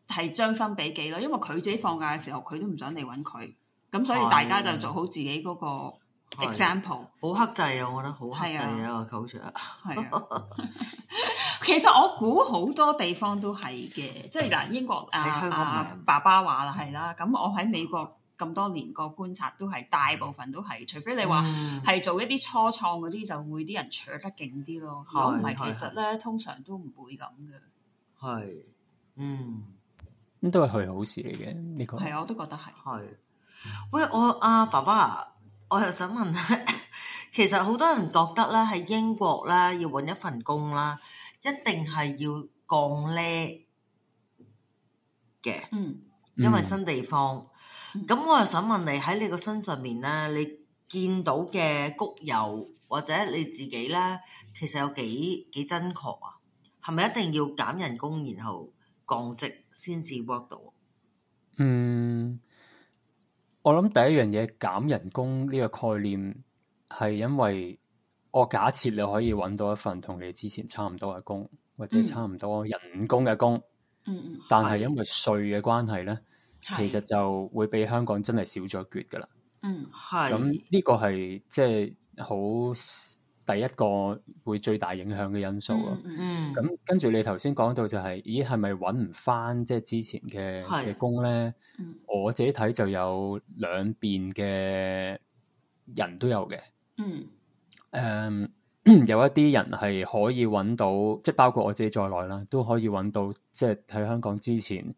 Speaker 2: 係將心比己咯，因為佢自己放假嘅時候佢都唔想你揾佢，咁所以大家就做好自己嗰個
Speaker 1: 係
Speaker 2: example。
Speaker 1: 好克制啊！我覺得好克制
Speaker 2: 係
Speaker 1: 啊個 culture。
Speaker 2: 係啊， [LAUGHS] 其實我估好多地方都係嘅，即係嗱，英國啊
Speaker 1: 喺香港唔係嗯
Speaker 2: 啊爸爸話啦係啦，咁我喺美國咁多年個觀察都係大部分都係，除非你話
Speaker 1: 嗯
Speaker 2: 係做一啲初創嗰啲，就會啲人搶得勁啲咯。如果唔係，
Speaker 1: 係係
Speaker 2: 其實咧通常都唔會咁嘅。
Speaker 1: 係，嗯。
Speaker 3: 咁都係佢好事嚟嘅呢個。
Speaker 2: 係，我啊都覺得係。
Speaker 1: 係。喂，我阿、爸爸啊，我又想問咧， [LAUGHS] 其實好多人覺得咧喺英國咧要揾一份工啦，一定係要降呢嘅，
Speaker 2: 嗯，
Speaker 1: 因為
Speaker 3: 嗯
Speaker 1: 新地方。
Speaker 2: 嗯
Speaker 1: 咁、我又想問你喺你個身上面咧，你見到嘅谷友或者你自己咧，其實有幾幾真確啊？係咪一定要減人工然後降職先至 work 到？
Speaker 3: 嗯，我諗第一樣嘢減人工呢個概念係因為我假設你可以揾到一份同你之前差唔多嘅工，或者
Speaker 2: 嗯
Speaker 3: 差唔多人工嘅工，
Speaker 2: 嗯嗯，
Speaker 3: 但係因為税嘅關係咧，
Speaker 2: 係
Speaker 3: 其實就會比香港真係少咗一橛噶啦。
Speaker 2: 嗯
Speaker 1: 係。
Speaker 3: 咁呢個係即係好 s- 第一個會最大影響嘅因素咯。
Speaker 2: 嗯嗯嗯
Speaker 1: 嗯，
Speaker 3: 咁跟住你頭先講到就係、咦係咪揾唔翻即係之前嘅
Speaker 1: 係
Speaker 3: 嘅工咧？
Speaker 2: 嗯
Speaker 3: 我自己睇就有兩邊嘅人都有嘅。
Speaker 2: 嗯
Speaker 3: 誒、 [CLEARS THROAT] 有一啲人係可以揾到，即係包括我自己在內啦，都可以揾到，即係喺香港之前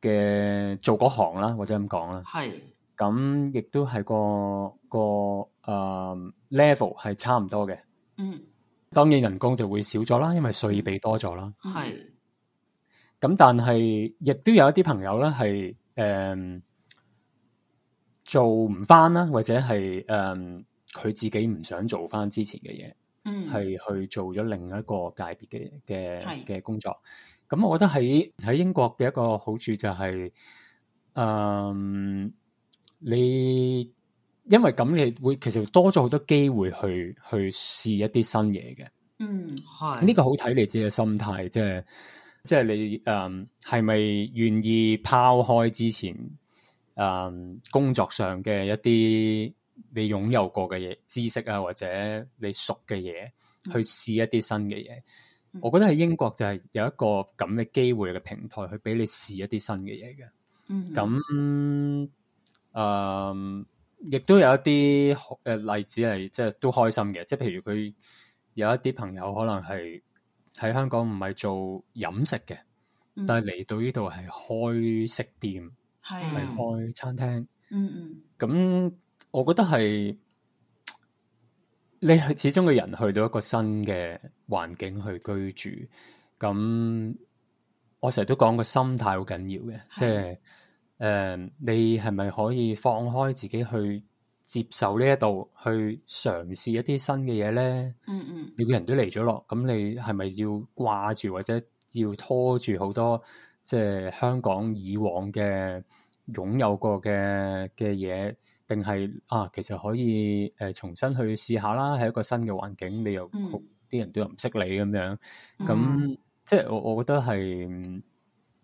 Speaker 3: 嘅做嗰行啦，或者咁講啦。
Speaker 1: 係。
Speaker 3: 咁亦都係個個誒、level 係差唔多嘅。
Speaker 2: 嗯
Speaker 3: 當然人工就會少咗啦，因為税俾多咗啦。
Speaker 2: 嗯，
Speaker 1: 係
Speaker 3: 咁但係亦都有一啲朋友咧係誒做唔翻啦，或者係誒佢自己唔想做翻之前嘅嘢，
Speaker 2: 嗯
Speaker 3: 係、去做咗另一個界別嘅嘅
Speaker 2: 係
Speaker 3: 嘅工作。咁我覺得喺喺英國嘅一個好處就係、誒你因為咁你會其實多咗好多機會去去試一啲新嘢嘅。
Speaker 2: 嗯
Speaker 1: 係
Speaker 3: 呢個好睇你自己嘅心態，即係呃即係你誒係咪願意拋開之前誒、嗯工作上嘅一啲你擁有過嘅嘢、知識啊，或者你熟嘅嘢，去試一啲新嘅嘢。
Speaker 2: 嗯
Speaker 3: 我覺得喺英國就係有一個咁嘅機會嘅平台，去俾你試一啲新嘅嘢嘅。
Speaker 2: 嗯
Speaker 3: 咁誒、嗯亦都有一啲誒、呃例子係即係都開心嘅，即係譬如佢有一啲朋友可能係喺香港唔係做飲食嘅，
Speaker 2: 嗯
Speaker 3: 但係嚟到呢度係開食店，
Speaker 2: 係
Speaker 3: 係、
Speaker 1: 嗯
Speaker 3: 開餐廳。
Speaker 2: 嗯嗯
Speaker 3: 咁我覺得係你係始終個人去到一個新嘅環境去居住，咁我成日都講個心態好緊要嘅，即係誒、你係咪可以放開自己去接受呢一度，去嘗試一啲新嘅嘢咧？
Speaker 2: 嗯嗯
Speaker 3: 你個人都嚟咗落，咁你係咪要掛住或者要拖住好多即係香港以往嘅擁有過嘅嘅嘢？定係啊，其實可以誒、呃重新去試下啦，喺一個新嘅環境，你又好
Speaker 2: 嗯
Speaker 3: 啲、人都又唔識你咁樣，
Speaker 2: 嗯
Speaker 3: 咁、即係我我覺得係嗯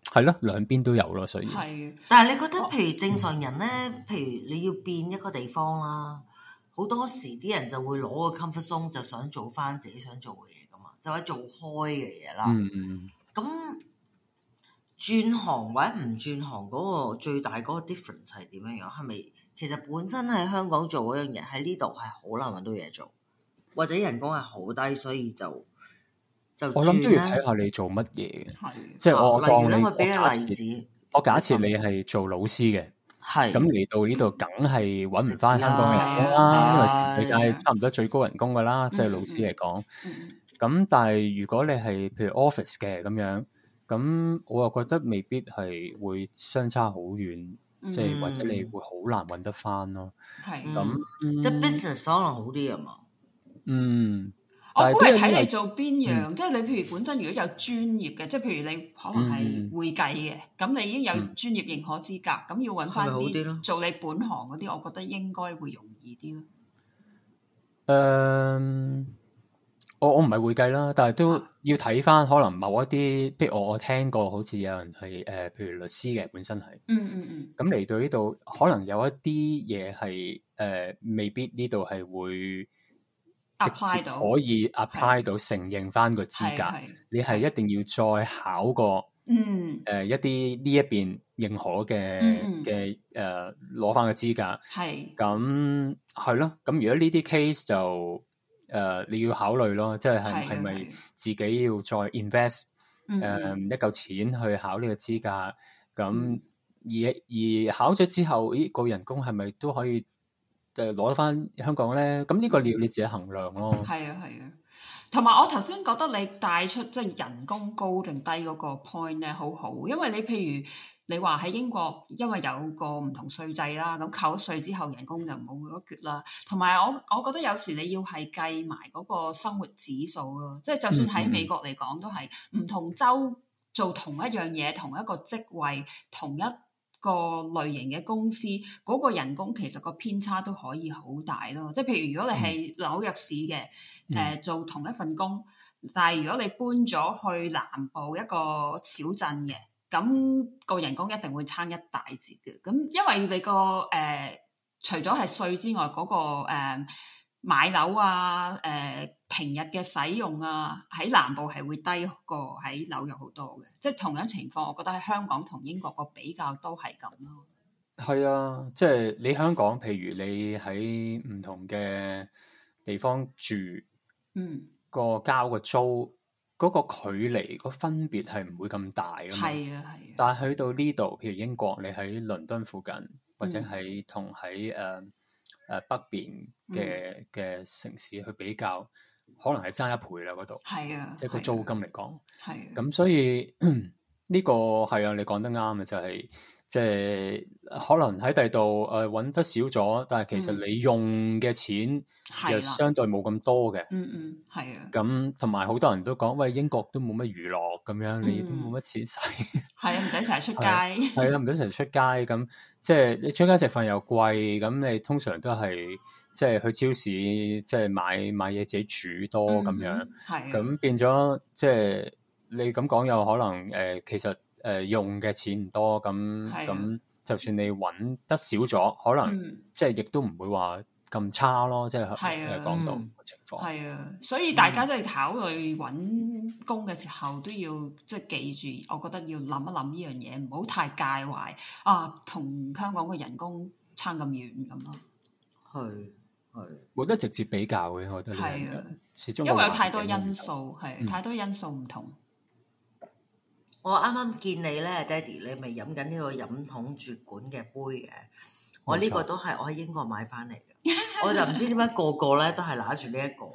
Speaker 3: 係咯，兩邊都有咯，所以
Speaker 2: 係
Speaker 1: 但係你覺得，譬如正常人咧，譬如你要變一個地方啦，好多時啲人就會攞個 comfort zone 就想做翻自己想做嘅嘢噶嘛，就係做開嘅嘢啦。
Speaker 3: 嗯嗯
Speaker 1: 咁、轉行或者唔轉行嗰個最大嗰個 difference 係點樣樣？係咪其實本身喺香港做嗰樣嘢，喺呢度係好難揾到嘢做，或者人工係好低，所以就就
Speaker 3: 我諗都要
Speaker 1: 轉
Speaker 3: 睇
Speaker 1: 啦
Speaker 3: 下你做乜嘢嘅，
Speaker 2: 係
Speaker 3: 即係我
Speaker 1: 啊例如
Speaker 3: 當
Speaker 1: 咧，
Speaker 3: 你
Speaker 1: 我俾
Speaker 3: 我假
Speaker 1: 個例
Speaker 3: 設
Speaker 1: 子，
Speaker 3: 我假設你係做老師嘅。
Speaker 1: 係
Speaker 3: 咁嚟到呢度，梗係揾唔翻香港嘅人工啦，因為全世界差唔多最高人工噶啦，即係老師嚟講。
Speaker 2: 嗯
Speaker 3: 咁但係如果你係譬如 office 嘅咁樣，咁我又覺得未必係會相差好遠，
Speaker 2: 嗯
Speaker 3: 即係或者你會好難揾得翻咯。
Speaker 2: 係
Speaker 1: 嗯
Speaker 3: 咁
Speaker 1: 即係 business 可能好啲啊嘛。
Speaker 3: 嗯，但係
Speaker 2: 我估
Speaker 3: 都有
Speaker 2: 哦係
Speaker 3: 啲
Speaker 2: 睇你
Speaker 3: 人
Speaker 2: 做邊樣，即係你譬如本身如果有專業嘅，即係譬如你可
Speaker 3: 嗯
Speaker 2: 能
Speaker 3: 嗯
Speaker 2: 係會計嘅，咁你已經有專業認可資格，咁要揾翻
Speaker 1: 係咪好啲咯
Speaker 2: 啲做你本行嗰啲，我覺得應該會容易啲咯。
Speaker 3: 誒、嗯我我唔係會計啦，但係都
Speaker 2: 啊
Speaker 3: 要睇翻可能某一啲，譬如我我聽過好似有人係誒、呃譬如律師嘅本身係。
Speaker 2: 嗯嗯嗯，
Speaker 3: 咁嚟到呢度，呃可能有一啲嘢係誒，未必呢度係會直接
Speaker 2: apply 到
Speaker 3: 可以 apply 到承認翻個資
Speaker 2: 嗯係
Speaker 3: 格，
Speaker 2: 係
Speaker 3: 你係一定要再考過
Speaker 2: 嗯
Speaker 3: 誒一啲呢一邊認可嘅
Speaker 2: 嗯嗯
Speaker 3: 嘅誒攞翻個資格。
Speaker 2: 係
Speaker 3: 咁係咯，咁如果呢啲 case 就誒、呃你要考慮咯，即係係
Speaker 2: 係
Speaker 3: 係咪
Speaker 2: 係
Speaker 3: 自己要再 invest
Speaker 2: 嗯
Speaker 3: 誒、
Speaker 2: 嗯
Speaker 3: 呃一嚿錢去考呢個資格，
Speaker 2: 嗯
Speaker 3: 咁而而考咗之後，咦個人工係咪都可以誒攞翻香港咧？咁呢個你要你自己衡量咯。
Speaker 2: 嗯係啊係啊。同埋我頭先覺得你帶出即係人工高定低嗰個 point 咧，好好，因為你譬如你話喺英國，因為有個唔同稅制啦，咁扣咗稅之後人工就冇嗰橛啦。同埋我我覺得有時你要係計埋嗰個生活指數咯，即係就算喺美國嚟講都係唔同州做同一樣嘢、同一個職位、同一個類型嘅公司，嗰、個人工其實個偏差都可以好大咯。即係譬如如果你係紐約市嘅。誒、做同一份工，但係如果你搬咗去南部一個小鎮嘅，咁、個人工一定會差一大截嘅。咁因為你個誒、呃除咗係税之外，嗰、個誒、呃、買樓啊，誒、平日嘅使用啊，喺南部係會低過喺紐約好多嘅。即係同樣情況，我覺得喺香港同英國個比較都係咁咯。
Speaker 3: 係啊，即係你香港，譬如你喺唔同嘅地方住，
Speaker 2: 嗯，
Speaker 3: 個交個租嗰、個距離、個分別係唔會咁大㗎嘛。
Speaker 2: 係啊，係啊，
Speaker 3: 但係去到呢度，譬如英國，你喺倫敦附近，或者
Speaker 2: 嗯
Speaker 3: 喺同喺誒誒北邊嘅
Speaker 2: 嗯
Speaker 3: 嘅城市去比較，可能係爭一倍啦嗰度，
Speaker 2: 係啊，
Speaker 3: 即係個
Speaker 2: 係啊
Speaker 3: 租金，嚟講。
Speaker 2: 係啊，
Speaker 3: 咁所以 [CLEARS THROAT] 呢個係啊，你講得啱嘅就係即係可能喺第度誒揾得少咗，但係其實你用嘅錢又
Speaker 2: 嗯係啦，
Speaker 3: 相對冇咁多嘅。
Speaker 2: 嗯嗯，係啊。
Speaker 3: 咁同埋好多人都講，喂，英國都冇乜娛樂咁樣，你都
Speaker 2: 嗯
Speaker 3: 冇乜錢使。
Speaker 2: 係啊，唔使成日出街。
Speaker 3: 係啦，唔使成日出街咁，即係你出街食飯又貴，咁你通常都係即係去超市，即係買買嘢自己煮多咁樣，
Speaker 2: 嗯係啊咁
Speaker 3: 咁變咗即係你咁講有可能誒、呃其實誒、呃用嘅錢唔多，咁
Speaker 2: 係啊
Speaker 3: 咁就算你揾得少咗，可能、
Speaker 2: 嗯
Speaker 3: 即係亦都唔會話咁差咯，即係
Speaker 2: 係啊
Speaker 3: 誒講到
Speaker 1: 嗯
Speaker 3: 個情況。
Speaker 2: 係啊，所以大家真係考慮揾工嘅時候都要即係記住，我覺得要諗一諗呢樣嘢，唔好太介懷啊，同香港嘅人工差咁遠咁咯。
Speaker 1: 係係
Speaker 3: 冇得直接比較嘅，我覺得呢樣
Speaker 2: 係啊
Speaker 3: 嘢，始終
Speaker 2: 因為
Speaker 3: 個
Speaker 2: 有太
Speaker 3: 環
Speaker 2: 多
Speaker 3: 境
Speaker 2: 因
Speaker 3: 唔同
Speaker 2: 素，
Speaker 3: 嗯
Speaker 2: 係太多因素唔同。
Speaker 1: 我啱啱見你咧，爹哋，你咪飲緊呢個飲筒絕管嘅杯嘅。我呢個都係我喺英國買翻嚟嘅， [LAUGHS] 我就唔知點解個個咧都係拿住呢一個。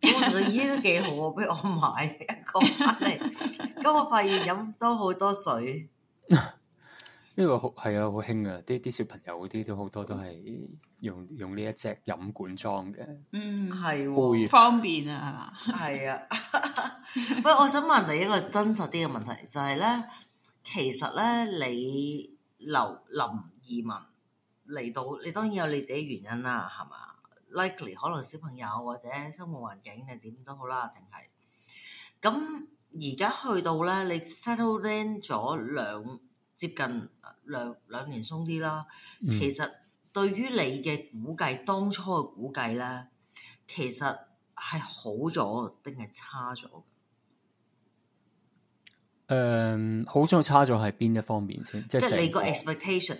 Speaker 1: 咁我就覺得咦都幾好喎，俾我買一個翻嚟。咁我發現飲多好多水，
Speaker 3: 呢個好係啊，好興啊！啲啲小朋友嗰啲都好多都係用用呢一隻飲管裝嘅，
Speaker 2: 嗯，
Speaker 1: 係
Speaker 3: 杯
Speaker 1: 喎，
Speaker 2: 方便啊，
Speaker 1: 係啊。 [LAUGHS] 喂，我想問你一個真實啲嘅問題，就係咧，其實咧你留臨移民嚟到，你當然有你自己原因啦，係嘛？likely 可能小朋友或者生活環境定點都好啦，定係咁而家去到咧，你 settle in 咗兩接近呃兩兩年鬆啲啦。
Speaker 3: 嗯
Speaker 1: 其實對於你嘅估計，當初嘅估計咧，其實係好咗定係差咗？
Speaker 3: 誒、好咗差咗係邊一方面先？即
Speaker 1: 即係
Speaker 3: 係
Speaker 1: 你
Speaker 3: 成個
Speaker 1: 個 expectation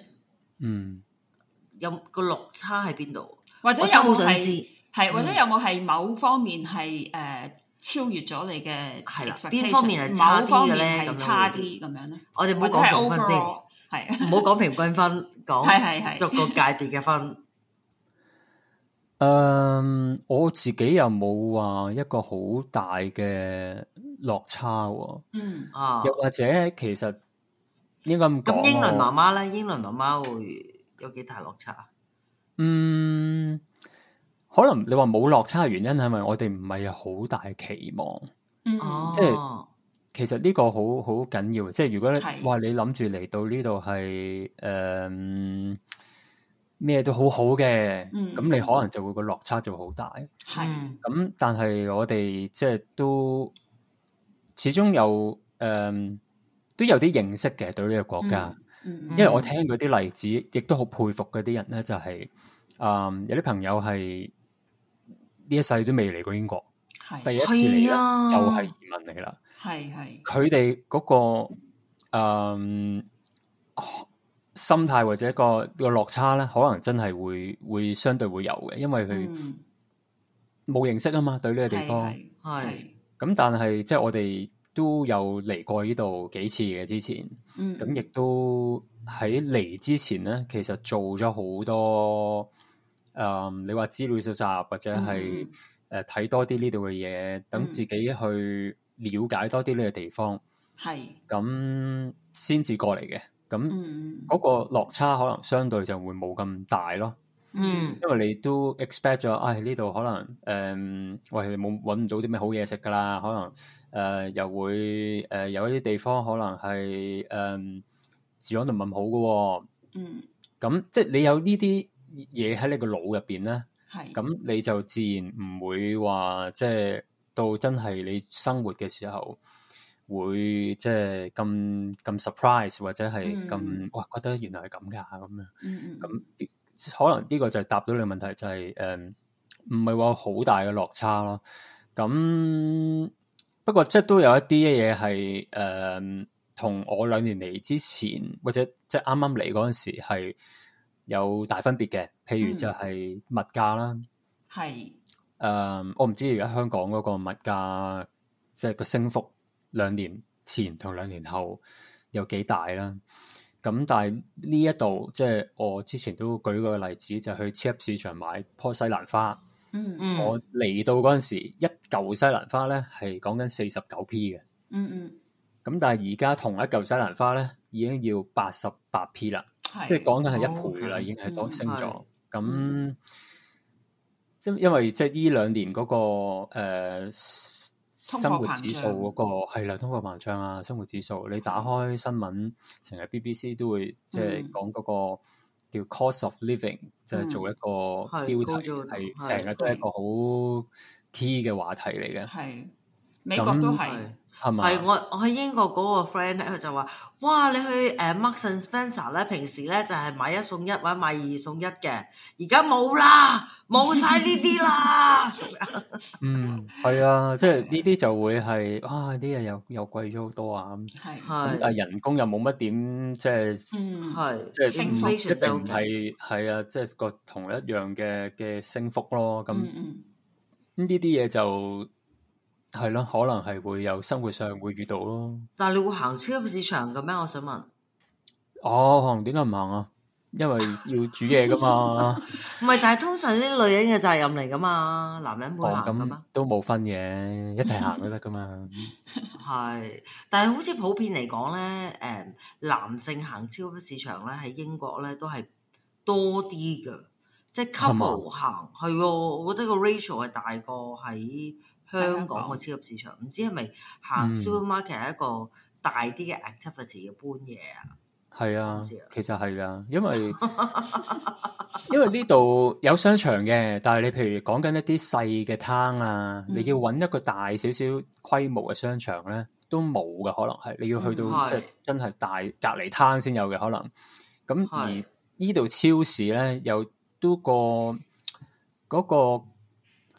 Speaker 3: 嗯
Speaker 1: 有個落差喺邊度？
Speaker 2: 或
Speaker 1: 我
Speaker 2: 者有
Speaker 1: 真係好
Speaker 2: 冇
Speaker 1: 想知
Speaker 2: 係係或者
Speaker 1: 嗯
Speaker 2: 有冇係某方面係誒超越咗你嘅
Speaker 1: 係啦
Speaker 2: expectation，
Speaker 1: 邊方面係差
Speaker 2: 某
Speaker 1: 啲嘅
Speaker 2: 方面
Speaker 1: 咧
Speaker 2: 係
Speaker 1: 咁樣
Speaker 2: 差
Speaker 1: 會
Speaker 2: 啲咁樣咧，
Speaker 1: 我哋唔
Speaker 2: 或
Speaker 1: 好
Speaker 2: 者
Speaker 1: 講
Speaker 2: 係
Speaker 1: 評分先，
Speaker 2: overall
Speaker 1: 唔
Speaker 2: 係。
Speaker 1: 好講
Speaker 2: [LAUGHS]
Speaker 1: 平均分，
Speaker 2: 係
Speaker 1: 講
Speaker 2: 係係
Speaker 1: 逐個界別嘅分。
Speaker 3: 誒、我自己又冇話一個好大嘅落差喎、
Speaker 2: 嗯
Speaker 1: 啊。
Speaker 3: 又或者其實應該咁
Speaker 1: 咁
Speaker 3: 講
Speaker 1: 英倫媽
Speaker 3: 啊
Speaker 1: 媽咧，英倫媽媽會有幾大落差？
Speaker 3: 嗯，可能你話冇落差嘅原因係咪我哋唔係有好大期望？
Speaker 2: 嗯，
Speaker 1: 哦，
Speaker 3: 即係其實呢個好好緊要，即係如果你
Speaker 2: 係
Speaker 3: 哇你諗住嚟到呢度係誒咩都好好嘅，咁、
Speaker 2: 嗯
Speaker 3: 你可能就會個落差就會好大。
Speaker 2: 係
Speaker 1: 嗯
Speaker 3: 咁但係我哋即係都始終有誒、嗯都有啲認識嘅對呢個國家。
Speaker 2: 嗯
Speaker 3: 因為我聽嗰啲例子，亦都好佩服嗰啲人咧，就係、嗯有啲朋友係呢一世都未嚟過英國，第
Speaker 2: 係
Speaker 3: 一次嚟
Speaker 1: 係啊
Speaker 3: 啦就係移民嚟啦。
Speaker 2: 係係
Speaker 3: 佢哋嗰個嗯心態或者個個落差咧，可能真係會會相對會有嘅，因為佢
Speaker 2: 嗯
Speaker 3: 冇認識啊嘛，對呢個地
Speaker 2: 係
Speaker 3: 方。
Speaker 2: 係
Speaker 1: 係
Speaker 2: 係
Speaker 3: 咁但係即係我哋都有嚟過呢度幾次嘅之前，
Speaker 2: 嗯
Speaker 3: 咁亦都喺嚟之前咧，其實做咗好多誒、嗯你話資料搜集或者係
Speaker 2: 嗯
Speaker 3: 誒睇多啲呢度嘅嘢，等自己去了解多啲呢個地方，
Speaker 2: 係
Speaker 3: 咁先至過嚟嘅。咁
Speaker 2: 嗯
Speaker 3: 嗰個落差可能相對就會冇咁大咯。
Speaker 1: 嗯
Speaker 3: 因為你都 expect 咗，唉呢度可能誒、嗯喂冇揾唔到啲咩好嘢食㗎啦，可能誒、呃又會誒、呃有一啲地方可能係誒、嗯治安度唔咁好嘅喎、
Speaker 2: 嗯
Speaker 3: 咁即係你有呢啲嘢喺你個腦入邊咧，
Speaker 2: 係
Speaker 3: 咁你就自然唔會話即係到真係你生活嘅時候會即係咁咁 surprise 或者係咁、
Speaker 2: 嗯
Speaker 3: 哇覺得原來係咁㗎咁樣。
Speaker 2: 嗯嗯
Speaker 3: 咁可能呢個就係答到你問題，就係、誒，唔係話好大嘅落差咯。咁不過即係都有一啲嘢係誒，同、我兩年嚟之前或者即係啱啱嚟嗰陣時係有大分別嘅。譬如就
Speaker 2: 嗯
Speaker 3: 係物價啦，誒、
Speaker 2: 係
Speaker 3: 嗯我唔知而家香港嗰個物價即係個升幅兩年前同兩年後有幾大啦。咁但係呢一度即係我之前都舉過個例子，就去超級市場買棵西蘭花。
Speaker 2: 嗯嗯
Speaker 1: 嗯，
Speaker 3: 我嚟到嗰陣時，一嚿西蘭花咧係講緊四十九 P 嘅。
Speaker 2: 嗯
Speaker 3: 咁但係而家同一嚿西蘭花咧已經要八十八 P 啦，
Speaker 2: 係
Speaker 3: 即係講緊係一倍啦，
Speaker 1: 哦
Speaker 3: 已經係多
Speaker 2: 嗯
Speaker 3: 升咗
Speaker 1: 係。
Speaker 3: 咁
Speaker 1: 嗯
Speaker 3: 即係因為即係呢兩年嗰個呃生活指數嗰個係啦，通貨膨脹啊，生活指數，你打開新聞，成日 BBC 都會即係
Speaker 2: 嗯
Speaker 3: 講嗰個叫 cost of living，就係做一個標
Speaker 1: 嗯係高
Speaker 3: 題，
Speaker 1: 咗
Speaker 3: 係
Speaker 1: 係
Speaker 3: 成日都係一個好 key 嘅話題嚟嘅，
Speaker 2: 係美國都係
Speaker 3: 係咪？
Speaker 1: 係我我喺英國嗰個 friend 咧，佢就話：哇！你去誒呃 Marks and Spencer 咧，平時咧就係買一送一或者買二送一嘅，而家冇啦，冇晒呢啲
Speaker 3: [LAUGHS]
Speaker 1: 啦。
Speaker 3: 嗯，係啊，即係呢啲就會係啊，啲嘢又又貴咗好多啊咁，咁
Speaker 2: 係
Speaker 1: 係
Speaker 3: 但係人工又冇乜點即係。
Speaker 2: 嗯
Speaker 1: 係，
Speaker 3: 即係
Speaker 2: 升
Speaker 3: 唔
Speaker 2: 幅
Speaker 3: 一
Speaker 1: 就
Speaker 3: 定
Speaker 1: OK
Speaker 3: 唔係係啊，即係個同一樣嘅嘅升幅咯。咁
Speaker 2: 嗯
Speaker 3: 呢
Speaker 2: 嗯
Speaker 3: 啲嘢就係咯，可能係會有生活上會遇到咯。
Speaker 1: 但係你會行超級市場嘅咩？我想問，
Speaker 3: 哦，可能點解唔行啊？因為要煮嘢噶嘛，
Speaker 1: 唔係，但係通常啲女人嘅責任嚟噶嘛，男人會
Speaker 3: 哦
Speaker 1: 行噶
Speaker 3: 咁
Speaker 1: 嘛？
Speaker 3: 都冇分嘅，一齊行都得噶嘛。
Speaker 1: 係，但係好似普遍嚟講咧，誒、男性行超級市場咧喺英國咧都係多啲嘅，即係
Speaker 3: 係嘛
Speaker 1: couple 行係喎，我覺得個 ratio 係大過喺香港嘅超級市場，唔知係咪行
Speaker 3: 嗯
Speaker 1: supermarket 係一個大啲嘅 activity 嘅搬嘢啊？
Speaker 3: 係啊
Speaker 1: 唔知啊，
Speaker 3: 其實係啊，因
Speaker 1: [LAUGHS]
Speaker 3: 為因為呢度有商場嘅，但係你譬如講緊一啲細嘅攤啊，
Speaker 2: 嗯
Speaker 3: 你要揾一個大少少規模嘅商場咧，都冇嘅，可能係你要去
Speaker 2: 嗯
Speaker 3: 到
Speaker 1: 係
Speaker 3: 即係真係大隔離攤先有嘅可能。咁而
Speaker 1: 係
Speaker 3: 呢度超市咧，有都個嗰個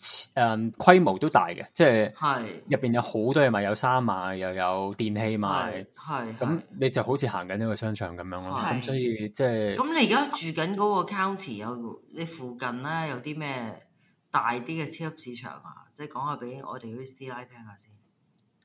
Speaker 3: 誒規模都大嘅，即係
Speaker 1: 係
Speaker 3: 入邊有好多嘢賣，有衫賣，又有電器賣
Speaker 1: 係。係
Speaker 3: 咁
Speaker 1: 咁。
Speaker 3: 你就好似行緊呢個商場咁樣咯，
Speaker 1: 係
Speaker 3: 咁所以即係
Speaker 1: 咁你而家住緊嗰個 county 有你附近咧有啲咩大啲嘅超級市場啊？即係講下俾我哋嗰啲師奶聽下先。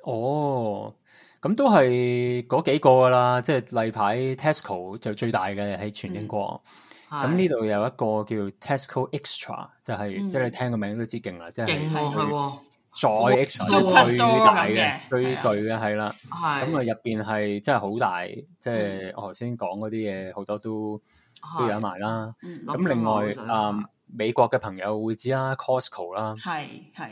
Speaker 3: 哦，咁都係嗰幾個噶啦，即係例牌 Tesco 就最大嘅喺全英國。咁
Speaker 1: 嗯係
Speaker 3: 呢度有一個叫 Tesco Extra，就係、
Speaker 2: 嗯
Speaker 3: 即係你聽個名都知勁啦，即係
Speaker 1: 勁喎，
Speaker 2: 係
Speaker 1: 係喎，
Speaker 3: 再 extra 最
Speaker 2: Superstore
Speaker 3: 大
Speaker 2: 咁嘅
Speaker 3: 嘅最
Speaker 2: 係啊
Speaker 3: 巨嘅係啦。咁啊入
Speaker 1: 係嗯
Speaker 3: 邊係真係好大，即係我頭先講嗰啲嘢好多都都有得賣啦。
Speaker 2: 嗯
Speaker 3: 咁另外
Speaker 1: 諗到
Speaker 3: 啊、
Speaker 1: 我想
Speaker 3: 美國嘅朋友會知啦，Costco 啦。
Speaker 2: 係係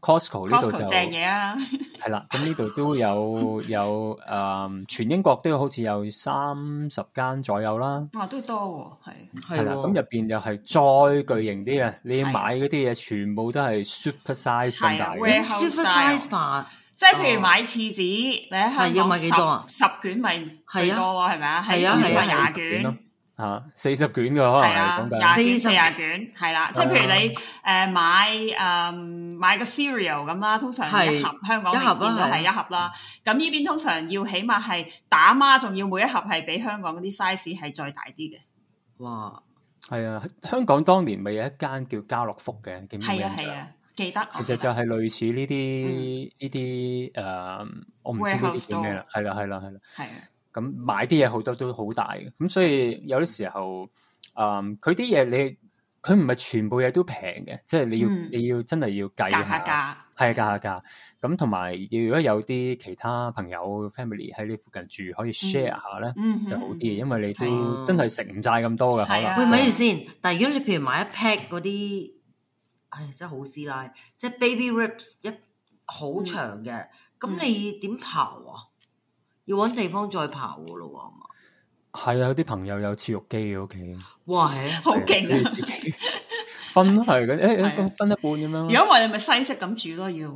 Speaker 3: Costco 呢度
Speaker 2: Costco
Speaker 3: 就
Speaker 2: 正嘢 [LAUGHS] 啊，
Speaker 3: 係啦，咁呢度都有有誒、嗯全英國都好似有三十間左右啦，
Speaker 2: 哇都多喎，係
Speaker 3: 係啦，咁
Speaker 1: 喎
Speaker 3: 入邊又係再巨型啲嘅，你
Speaker 2: 係
Speaker 3: 買嗰啲嘢全部都係 super size 咁
Speaker 2: 係啊
Speaker 3: 大
Speaker 1: 咁
Speaker 3: 嘅，
Speaker 2: warehouse
Speaker 1: super
Speaker 2: style
Speaker 1: size 化
Speaker 2: 即係譬如買廁紙，你喺
Speaker 1: 係要買幾多
Speaker 2: 香
Speaker 1: 啊
Speaker 2: 港十十卷咪最多咯，係咪啊？
Speaker 1: 係啊
Speaker 2: 喺英
Speaker 3: 係
Speaker 2: 國
Speaker 3: 啊係啊
Speaker 2: 廿
Speaker 3: 十卷咯
Speaker 2: 卷，
Speaker 3: 啊，四十卷嘅可能係啊
Speaker 2: 係啦
Speaker 3: 講，緊，啊
Speaker 2: 廿卷四廿卷，係啦，即係譬如你誒買誒買個 cereal 咁啦，通常一盒香港
Speaker 1: 一盒啊
Speaker 2: 你見到係一盒啦，咁呢邊通常要起碼係打孖，仲要每一盒係比香港嗰啲 size 係再大啲嘅，
Speaker 1: 哇！
Speaker 3: 係啊，香港當年咪有一間叫家樂福嘅，記唔記得
Speaker 2: 係
Speaker 3: 印
Speaker 2: 啊係
Speaker 3: 象？
Speaker 2: 啊，記得。嗯
Speaker 3: 其實就係類似呢啲呢啲誒，我唔知呢
Speaker 2: Warehouse
Speaker 3: 啲叫咩啦，係啦係啦係啦。
Speaker 2: 係啊
Speaker 3: 咁買啲嘢好多都好大嘅，咁所以有啲時候，誒佢啲嘢你佢唔係全部嘢都平嘅，即係你要、
Speaker 2: 嗯
Speaker 3: 你要真係要計
Speaker 2: 格下
Speaker 3: 下，
Speaker 2: 價，
Speaker 3: 係計下價。咁同埋如果有啲其他朋友 family 喺你附近住，可以 share 下咧、
Speaker 2: 嗯嗯
Speaker 3: 就好啲
Speaker 2: 嗯
Speaker 3: 嘅，因為你
Speaker 1: 係
Speaker 3: 都
Speaker 1: 啊
Speaker 3: 真係食唔晒咁多嘅可
Speaker 2: 係啊
Speaker 3: 能。
Speaker 1: 喂，咪住先。但係如果你譬如買一 pack 嗰啲，唉，真係好師奶，即係 baby ribs 一好長嘅，咁、
Speaker 2: 嗯
Speaker 1: 你點刨啊？要揾地方再刨噶咯喎，係嘛？
Speaker 3: 係啊，有啲朋友有切肉機嘅屋企，
Speaker 1: 哇，係啊
Speaker 2: 好
Speaker 3: 所以
Speaker 2: 勁啊！
Speaker 3: 自己分係嘅，誒
Speaker 2: 係啊
Speaker 3: 誒咁分一半咁樣咯。
Speaker 2: 如果我哋咪西式咁煮咯，要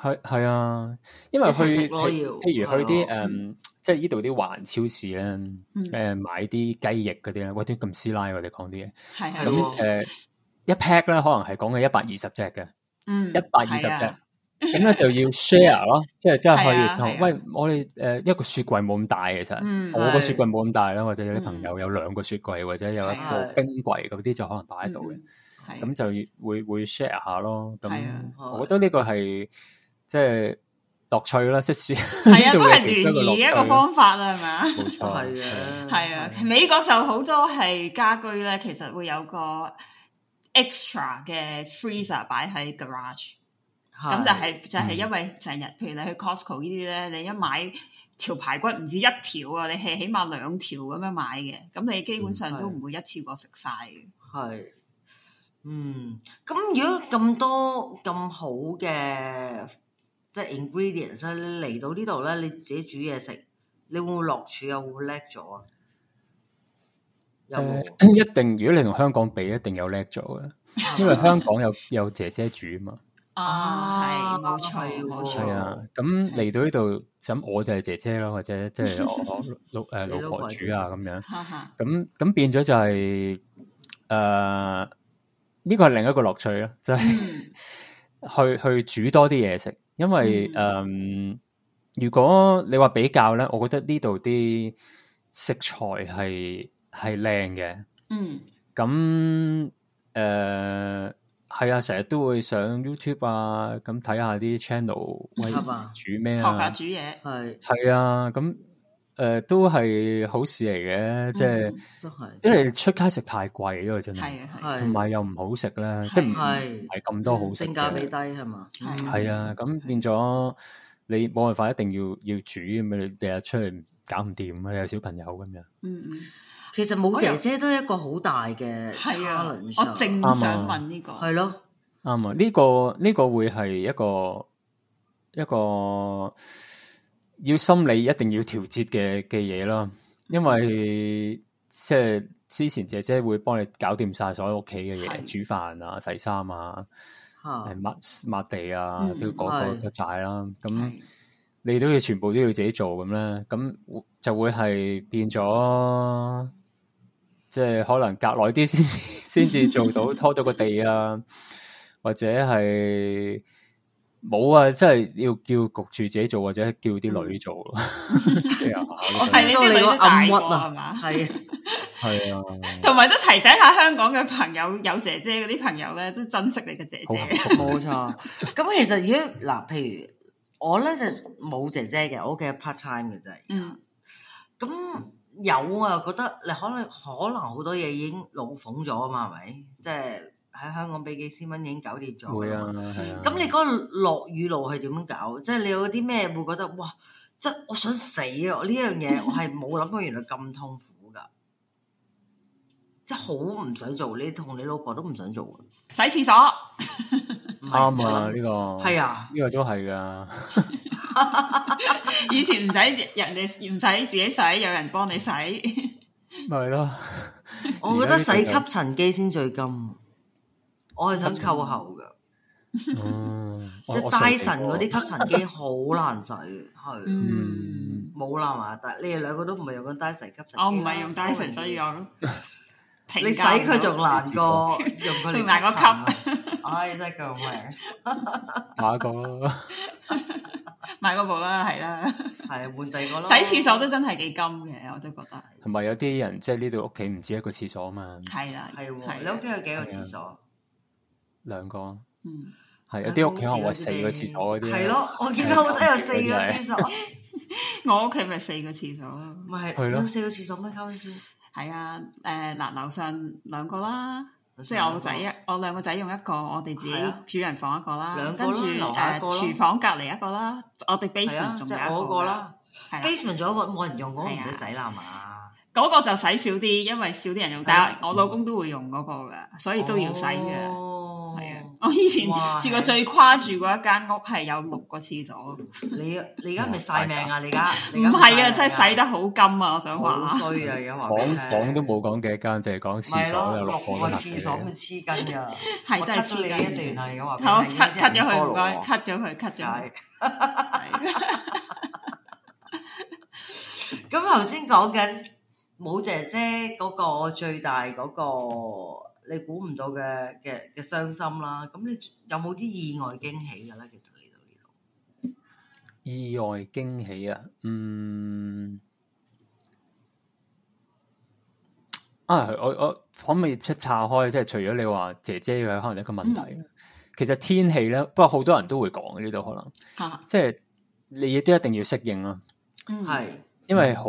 Speaker 3: 係係啊，因為
Speaker 1: 一
Speaker 3: 去
Speaker 1: 齊食咯
Speaker 3: 譬
Speaker 1: 要
Speaker 3: 譬如去啲誒，
Speaker 1: 係
Speaker 3: 嗯即係呢度啲環超市咧，誒、買啲雞翼嗰啲咧，喂啲咁師奶我哋講啲嘢，
Speaker 2: 係啊係，
Speaker 1: 係
Speaker 3: 咁
Speaker 1: 喎
Speaker 3: 誒、一 pack 咧可能係講緊一百二十隻嘅，
Speaker 2: 嗯，
Speaker 3: 一百二十
Speaker 2: 係啊
Speaker 3: 隻，咁咧就要 share 咯，即係即係可
Speaker 2: 係啊
Speaker 3: 以
Speaker 2: 係啊
Speaker 3: 就喂我哋誒一個雪櫃冇咁大其實，
Speaker 2: 嗯
Speaker 3: 我個
Speaker 1: 係
Speaker 3: 雪櫃冇咁大啦，或者有啲朋
Speaker 2: 嗯
Speaker 3: 友有兩個雪櫃或者有一
Speaker 2: 係
Speaker 3: 個
Speaker 1: 啊
Speaker 3: 冰櫃嗰啲就可能擺喺度嘅。
Speaker 2: 嗯係
Speaker 3: 咁就會會 share 下咯。咁
Speaker 2: 係啊
Speaker 3: 我覺得呢個係即係樂趣啦，即係 [LAUGHS]
Speaker 2: 係
Speaker 3: 呢
Speaker 2: 啊，都
Speaker 3: 度
Speaker 2: 係
Speaker 3: 嘅其中一
Speaker 2: 聯
Speaker 3: 個
Speaker 2: 誼嘅一個
Speaker 3: 樂趣
Speaker 2: 方法啦，係咪啊？
Speaker 3: 冇錯，
Speaker 1: 係
Speaker 3: 係啊
Speaker 1: 啊，
Speaker 2: 係啊，美國就好多係家居咧，其實會有個 extra 嘅 freezer 擺喺 garage，咁就係、就係、因為成日，譬如你去 Costco 呢啲咧，你一買條排骨唔止一條啊，你係起碼兩條咁樣買嘅，咁你基本上都唔會一次過食晒嘅。
Speaker 1: 係，嗯，咁如果咁多咁好嘅即係 ingredients 咧，你嚟到呢度咧，你自己煮嘢食，你會唔會落廚啊？會唔會叻咗啊？有冇啊？
Speaker 3: 誒一定，如果你同香港比，一定有叻咗嘅，
Speaker 2: 啊
Speaker 3: 因為香港有有姐姐煮啊嘛。
Speaker 2: 啊，係冇
Speaker 1: 係
Speaker 2: 錯
Speaker 1: 喎
Speaker 2: 冇
Speaker 3: 係
Speaker 2: 錯，
Speaker 3: 啊，咁嚟到呢度，咁我就係姐姐咯，或者即係我我老誒
Speaker 2: [LAUGHS]
Speaker 1: 你
Speaker 3: 老
Speaker 1: 老
Speaker 3: 婆
Speaker 1: 婆
Speaker 3: 煮
Speaker 1: 煮
Speaker 3: 啊咁樣。
Speaker 2: 哈哈，
Speaker 3: 咁咁變咗就係誒呢個係另一個樂趣啦， [LAUGHS] 就係、去去煮多啲嘢食，因為誒、嗯如果你話比較咧，我覺得呢度啲食材係係靚嘅，
Speaker 2: 嗯
Speaker 3: 咁誒係啊，成日都會上 YouTube 啊，咁睇下啲 channel，喂
Speaker 1: 係嘛
Speaker 3: 煮咩
Speaker 2: 學
Speaker 3: 啊？
Speaker 2: 下煮嘢，
Speaker 1: 係
Speaker 3: 係啊，咁誒、呃都係好事嚟嘅，即係、
Speaker 2: 嗯
Speaker 1: 都係，
Speaker 3: 因為出街食太貴呢個真係，
Speaker 2: 係啊係啊，
Speaker 1: 係
Speaker 3: 同埋又唔好食啦，即係唔
Speaker 1: 係
Speaker 3: 係咁多好食
Speaker 1: 性價比
Speaker 3: 嘅
Speaker 1: 低，係嘛？嗯
Speaker 2: 係
Speaker 3: 係啊，咁變咗你冇辦法，一定要要煮咁你日日出去搞唔掂啊，你有小朋友咁樣，
Speaker 2: 嗯嗯，
Speaker 1: 其實冇姐姐都係一個好大嘅
Speaker 2: 係啊，
Speaker 1: challenge
Speaker 2: 我正想問呢個，
Speaker 1: 係咯，
Speaker 3: 啱啊，呢個呢個會係一個一個要心理一定要調節嘅嘅嘢啦，因
Speaker 1: 嗯
Speaker 3: 為即係之前姐姐會幫你搞掂晒所有屋企嘅嘢，
Speaker 2: 係
Speaker 3: 煮飯啊、洗衫啊。
Speaker 1: 嚇
Speaker 3: 誒抹抹地啊，
Speaker 2: 嗯
Speaker 3: 都嗰
Speaker 1: 係
Speaker 3: 個一寨啦。咁
Speaker 2: 係
Speaker 3: 你都要全部都要自己做咁咧，咁就會係變咗，即係可能隔耐 [LAUGHS] 啲先先至做到拖到個地啊，或者係冇啊，即係要叫焗住自己做，或者叫啲女做咯。
Speaker 2: 我
Speaker 3: à, share 下
Speaker 2: 係
Speaker 3: 咁樣
Speaker 2: 你啲女都大過係嘛？
Speaker 1: 係啊
Speaker 3: 係啊，
Speaker 2: 同埋都提醒下香港嘅朋友， [LAUGHS] 有姐姐嗰啲朋友咧，都珍惜你嘅姐
Speaker 3: 好幸
Speaker 2: 姐。
Speaker 3: 福啊。
Speaker 1: 冇錯。咁其實如果嗱，譬如我咧就冇姐姐嘅，我屋企係 part time 嘅啫。而家
Speaker 2: 嗯，
Speaker 1: 咁有啊，覺得你可能可能好多嘢已經老馮咗啊嘛，係咪？即係喺香港俾幾千蚊已經搞掂咗。
Speaker 3: 會啊，。係啊。
Speaker 1: 咁你嗰個落雨路係點樣搞？即係你有啲咩會覺得哇！即係我想死啊！我呢樣
Speaker 3: [LAUGHS]
Speaker 1: 嘢我係冇諗過，原來咁痛苦㗎，即係好唔想做。你同你老婆都唔想做啊㗎。
Speaker 2: 洗廁所
Speaker 1: 唔係
Speaker 3: 啱啊，
Speaker 1: 我諗
Speaker 3: 呢個
Speaker 1: 係啊，
Speaker 3: 呢個都係噶。
Speaker 2: 以前唔使人哋唔使自己洗，有人幫你洗。
Speaker 3: 咪係咯，
Speaker 1: 我覺得洗
Speaker 3: 而家呢個就
Speaker 1: 吸塵機先最金，我係想扣喉㗎。
Speaker 3: 哦，
Speaker 1: 即
Speaker 3: 我
Speaker 1: 係
Speaker 3: 我
Speaker 1: 戴
Speaker 3: 嘗試
Speaker 1: 森嗰
Speaker 3: 過
Speaker 1: 啲吸塵機好難洗，係
Speaker 3: 嗯
Speaker 2: 嗯，
Speaker 1: 冇啦嘛。但你哋兩個都唔係用緊戴森吸塵機啦，
Speaker 2: 我唔係用 Dyson，所以
Speaker 1: 好
Speaker 2: 我評價
Speaker 1: 明顯你洗佢仲難
Speaker 3: 你試
Speaker 1: 過
Speaker 3: 過
Speaker 1: 用佢嚟
Speaker 2: 仲難過
Speaker 1: 吸塵啊。唉，真係救命！
Speaker 3: 下一個啦，
Speaker 2: 買嗰部啦，係啦，
Speaker 1: 係換第二個咯。
Speaker 2: 洗廁所都真係幾金嘅，我都覺得
Speaker 3: 同埋有啲人即係呢度屋企唔止一個廁所啊嘛，
Speaker 2: 係啦，
Speaker 1: 係
Speaker 2: 啦
Speaker 1: 喎，你屋企有幾個廁所？
Speaker 3: 兩個
Speaker 2: 嗯，
Speaker 3: 係有啲屋企可能話四個廁所嗰啲，
Speaker 1: 係，咯，我見到好多有四個
Speaker 3: 真係
Speaker 1: 廁所。
Speaker 2: 我屋企咪四個廁所咯，
Speaker 1: 唔係，
Speaker 3: 係咯
Speaker 1: 有四個廁所咩？交先，
Speaker 2: 係啊，誒嗱，樓上兩個啦。即係我仔一，我兩個仔用一個，我哋自
Speaker 1: 啊哦係啊
Speaker 2: 己主人房一個啦，
Speaker 1: 兩個
Speaker 2: 跟
Speaker 1: 啦
Speaker 2: 住
Speaker 1: 樓下
Speaker 2: 誒
Speaker 1: 一個啦
Speaker 2: 廚房隔離一個啦，我哋
Speaker 1: 係啊，
Speaker 2: basement
Speaker 1: 即
Speaker 2: 仲有
Speaker 1: 係
Speaker 2: 一
Speaker 1: 我嗰個
Speaker 2: 個㗎，
Speaker 1: 啦。
Speaker 2: 係啦，
Speaker 1: basement 仲有一個冇人用嗰個唔
Speaker 2: 係啊
Speaker 1: 使洗啦嘛。
Speaker 2: 嗰個就洗少啲，因為少啲人用，
Speaker 1: 係啊
Speaker 2: 但係我老公都會用嗰個㗎，所以都要洗嘅。
Speaker 1: 哦
Speaker 2: 係啊，我以前
Speaker 1: 哇
Speaker 2: 試過最誇住嗰一間屋係有六個廁所，
Speaker 1: 你你而家咪晒命啊！你而家你
Speaker 2: 唔係啊，
Speaker 1: 而家晒命
Speaker 2: 真係洗得好金啊！我想
Speaker 1: 好
Speaker 2: 話，
Speaker 1: 衰啊！而家話俾
Speaker 3: 房
Speaker 1: 你聽
Speaker 3: 房都冇講幾間，淨係講廁
Speaker 1: 咪
Speaker 3: 所
Speaker 1: 咯，
Speaker 3: 有
Speaker 1: 六
Speaker 3: 六個
Speaker 1: 個
Speaker 3: 都嚇死
Speaker 1: 廁所咪
Speaker 3: 你
Speaker 1: 黐筋㗎，
Speaker 2: 係
Speaker 1: 我
Speaker 2: 真係
Speaker 1: cut 咗你
Speaker 2: 黐
Speaker 1: 一
Speaker 2: 筋
Speaker 1: 段啊！而家話俾
Speaker 2: 好
Speaker 1: 你聽
Speaker 2: cut cut 咗
Speaker 1: 啲人
Speaker 2: 佢，唔該
Speaker 1: follow 我
Speaker 2: ，cut 咗佢，cut 咗佢
Speaker 1: 係。
Speaker 2: [LAUGHS] 係
Speaker 1: 咁頭先講緊冇姐姐嗰個最大嗰、個你估唔到嘅嘅嘅傷心啦，咁你有冇啲意外驚喜嘅咧？其實嚟到呢度，
Speaker 3: 意外驚喜啊！嗯，啊，我我可唔可以即係岔開？即係除咗你話姐姐嘅可能一個問題，
Speaker 1: 嗯
Speaker 3: 其實天氣咧，不過好多人都會講嘅呢度可能，
Speaker 2: 啊
Speaker 3: 即係你亦都一定要適應咯，
Speaker 2: 嗯
Speaker 1: 係
Speaker 3: 因為好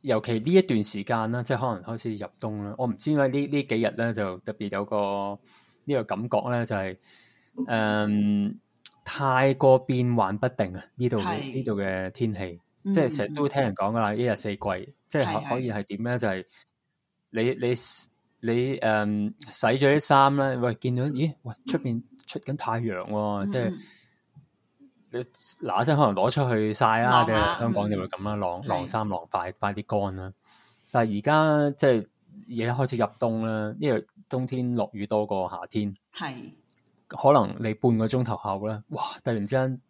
Speaker 3: 尤其呢一段時間啦，即係可能開始入冬啦。我唔知點解呢呢幾日咧就特別有個呢、個感覺咧，就係、嗯太過變幻不定啊！呢度嘅
Speaker 2: 係
Speaker 3: 呢度嘅天氣。
Speaker 2: 嗯
Speaker 3: 即係成日都會聽人講噶啦，一日四季，即係
Speaker 2: 係
Speaker 3: 可
Speaker 2: 係
Speaker 3: 可以係點咧？就係、你你你誒、嗯洗咗啲衫咧，喂見到咦喂出邊出緊太陽喎、即
Speaker 2: 嗯
Speaker 3: 係你嗱一聲可能攞出去晒啦，
Speaker 2: 晾
Speaker 3: 即係
Speaker 2: 下
Speaker 3: 香港
Speaker 2: 嗯
Speaker 3: 就會咁啦，晾
Speaker 2: 係
Speaker 3: 晾衫晾快快啲乾啦。但係而家即係而家開始入冬啦，因為冬天落雨多過夏天，
Speaker 2: 嗯係
Speaker 3: 可能你半個鐘頭後咧，哇！突然之間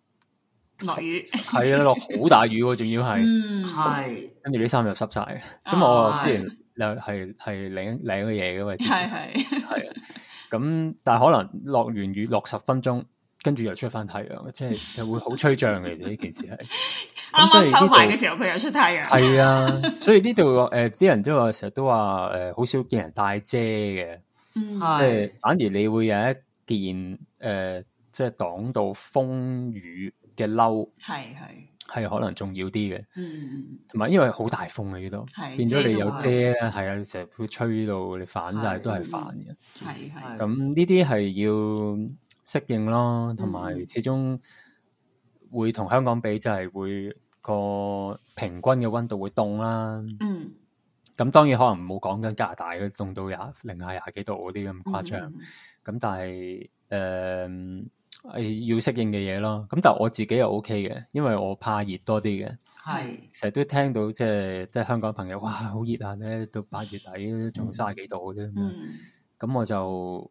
Speaker 2: 落雨，
Speaker 3: 係啊，落好大雨喎、仲要係。
Speaker 2: [LAUGHS] 嗯
Speaker 1: 係
Speaker 3: 跟住啲衫又濕晒。咁
Speaker 2: 哦
Speaker 3: 我之前又係係領領嘅嘢嘅嘛，之
Speaker 2: 係
Speaker 3: 前
Speaker 2: 係
Speaker 3: 係啊。咁但係可能落完雨落十分鐘，跟住又出翻太陽，即係就會好吹漲嘅。其實呢件事係
Speaker 2: [LAUGHS] 啱
Speaker 3: 咁所以
Speaker 2: 啱
Speaker 3: 呢度
Speaker 2: 收埋嘅時候佢又出太陽，
Speaker 3: 係啊，所以呢度誒啲人都話成日都話誒好少見人帶遮嘅，即
Speaker 2: 嗯
Speaker 3: 係
Speaker 1: 係
Speaker 3: 反而你會有一件誒、呃即係擋到風雨嘅褸
Speaker 2: 係係，
Speaker 3: 係可能重要啲嘅。
Speaker 2: 嗯
Speaker 3: 同埋因為好大風啊呢度，
Speaker 2: 係
Speaker 3: 變咗你
Speaker 2: 遮
Speaker 3: 有
Speaker 2: 到
Speaker 3: 遮咧，係啊，你成日會吹到你反晒
Speaker 1: 係
Speaker 3: 都係反嘅。
Speaker 2: 係係
Speaker 1: 係
Speaker 3: 咁呢啲係要適應咯，同埋
Speaker 2: 嗯
Speaker 3: 始終會同香港比就係會個平均嘅温度會凍啦。
Speaker 2: 嗯
Speaker 3: 咁當然可能冇講緊加拿大嗰啲凍到廿零下廿幾度嗰啲
Speaker 2: 嗯
Speaker 3: 咁誇張。咁、
Speaker 1: 嗯
Speaker 3: 但係誒、係要適應嘅嘢咯。咁但係我自己又 OK 嘅，因為我怕熱多啲嘅。
Speaker 1: 係
Speaker 3: 成日都聽到即係即係香港朋友，哇好熱啊！咧到八月底
Speaker 1: 嗯
Speaker 3: 仲三十幾度嘅啫咁樣，
Speaker 2: 嗯
Speaker 3: 咁我就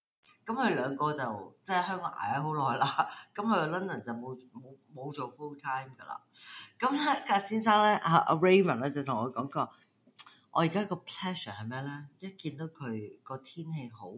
Speaker 1: 咁佢兩個就即係香港捱咗好耐啦，咁佢去 London 就冇冇冇做 full time 噶啦。咁咧，阿先生咧，啊阿阿 Raymond 咧就同我講過，我而家個 pleasure 係咩咧？一見到佢個天氣好，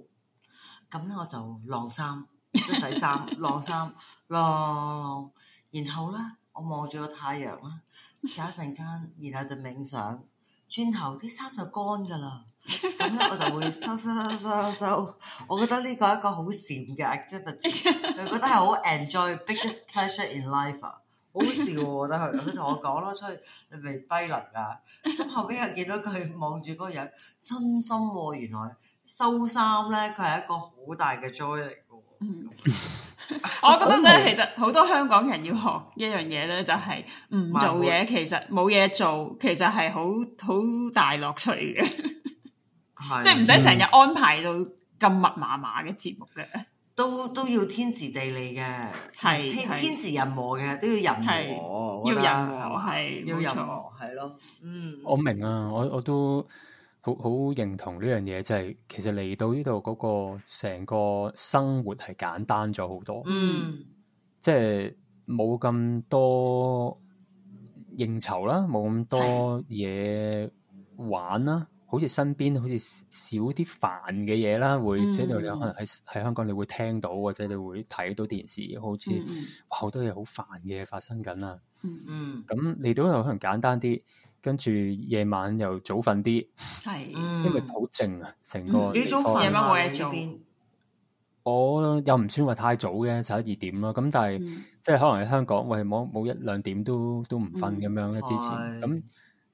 Speaker 1: 咁咧我就晾衫，即係洗衫、晾衫、晾，然後咧我望住個太陽啦，有一陣間，然後就冥想，轉頭啲衫就乾噶啦。咁咧我就會收收收收收，我覺得呢個係一個好禪嘅 activity，佢覺
Speaker 2: 嗯
Speaker 1: 得係好 enjoy biggest pleasure in life 啊，好好笑喎！我覺得佢，佢同我講咯，出去你咪低能啊！咁後尾又見到佢望住嗰個人，真心喎、原來收衫咧，佢係一個好大嘅 joy 嚟
Speaker 2: 嗯
Speaker 1: 嘅喎。
Speaker 2: [LAUGHS] 我覺得咧，其實好多香港人要學一樣嘢咧，就係唔做嘢，其實冇嘢做，其實係好好大樂趣嘅，
Speaker 1: 啊係
Speaker 2: 即係唔使成日安排到咁密麻麻嘅節目嘅。
Speaker 1: 都都要天時地利嘅，
Speaker 2: 係
Speaker 1: 天
Speaker 2: 係
Speaker 1: 天時人和嘅，都要人
Speaker 2: 係
Speaker 1: 和，我覺得
Speaker 2: 要人和
Speaker 1: 係嘛
Speaker 2: 係
Speaker 1: 要
Speaker 2: 冇
Speaker 1: 人
Speaker 2: 錯
Speaker 1: 和，係咯，嗯，
Speaker 3: 我明啊，我我都好好認同呢樣嘢，就係、其實嚟到呢度嗰個成個生活係簡單咗好多，
Speaker 1: 嗯
Speaker 3: 即係冇咁多應酬啦，冇咁多嘢玩啦。好似身邊好似少啲煩嘅嘢啦，會
Speaker 2: 嗯
Speaker 3: 即係你可能喺喺香港你會聽到或者你會睇到電視，好似
Speaker 2: 嗯嗯
Speaker 3: 哇好多嘢好煩嘅嘢發生緊啊！
Speaker 2: 嗯，
Speaker 1: 嗯
Speaker 3: 咁嚟到又可能簡單啲，跟住夜晚又早瞓啲，
Speaker 2: 係
Speaker 1: 嗯，
Speaker 3: 因為好靜啊，成個
Speaker 2: 嗯
Speaker 1: 幾
Speaker 3: 地
Speaker 1: 早
Speaker 3: 方
Speaker 1: 瞓
Speaker 2: 夜晚
Speaker 1: 啊
Speaker 2: 冇嘢
Speaker 1: 你呢
Speaker 2: 做
Speaker 1: 邊
Speaker 3: 我又唔算話太早嘅，十一二點咯。咁但係、
Speaker 2: 嗯
Speaker 3: 即係可能喺香港，喂冇冇一兩點都都唔
Speaker 2: 嗯
Speaker 3: 瞓咁樣咧。之
Speaker 1: 係
Speaker 3: 前咁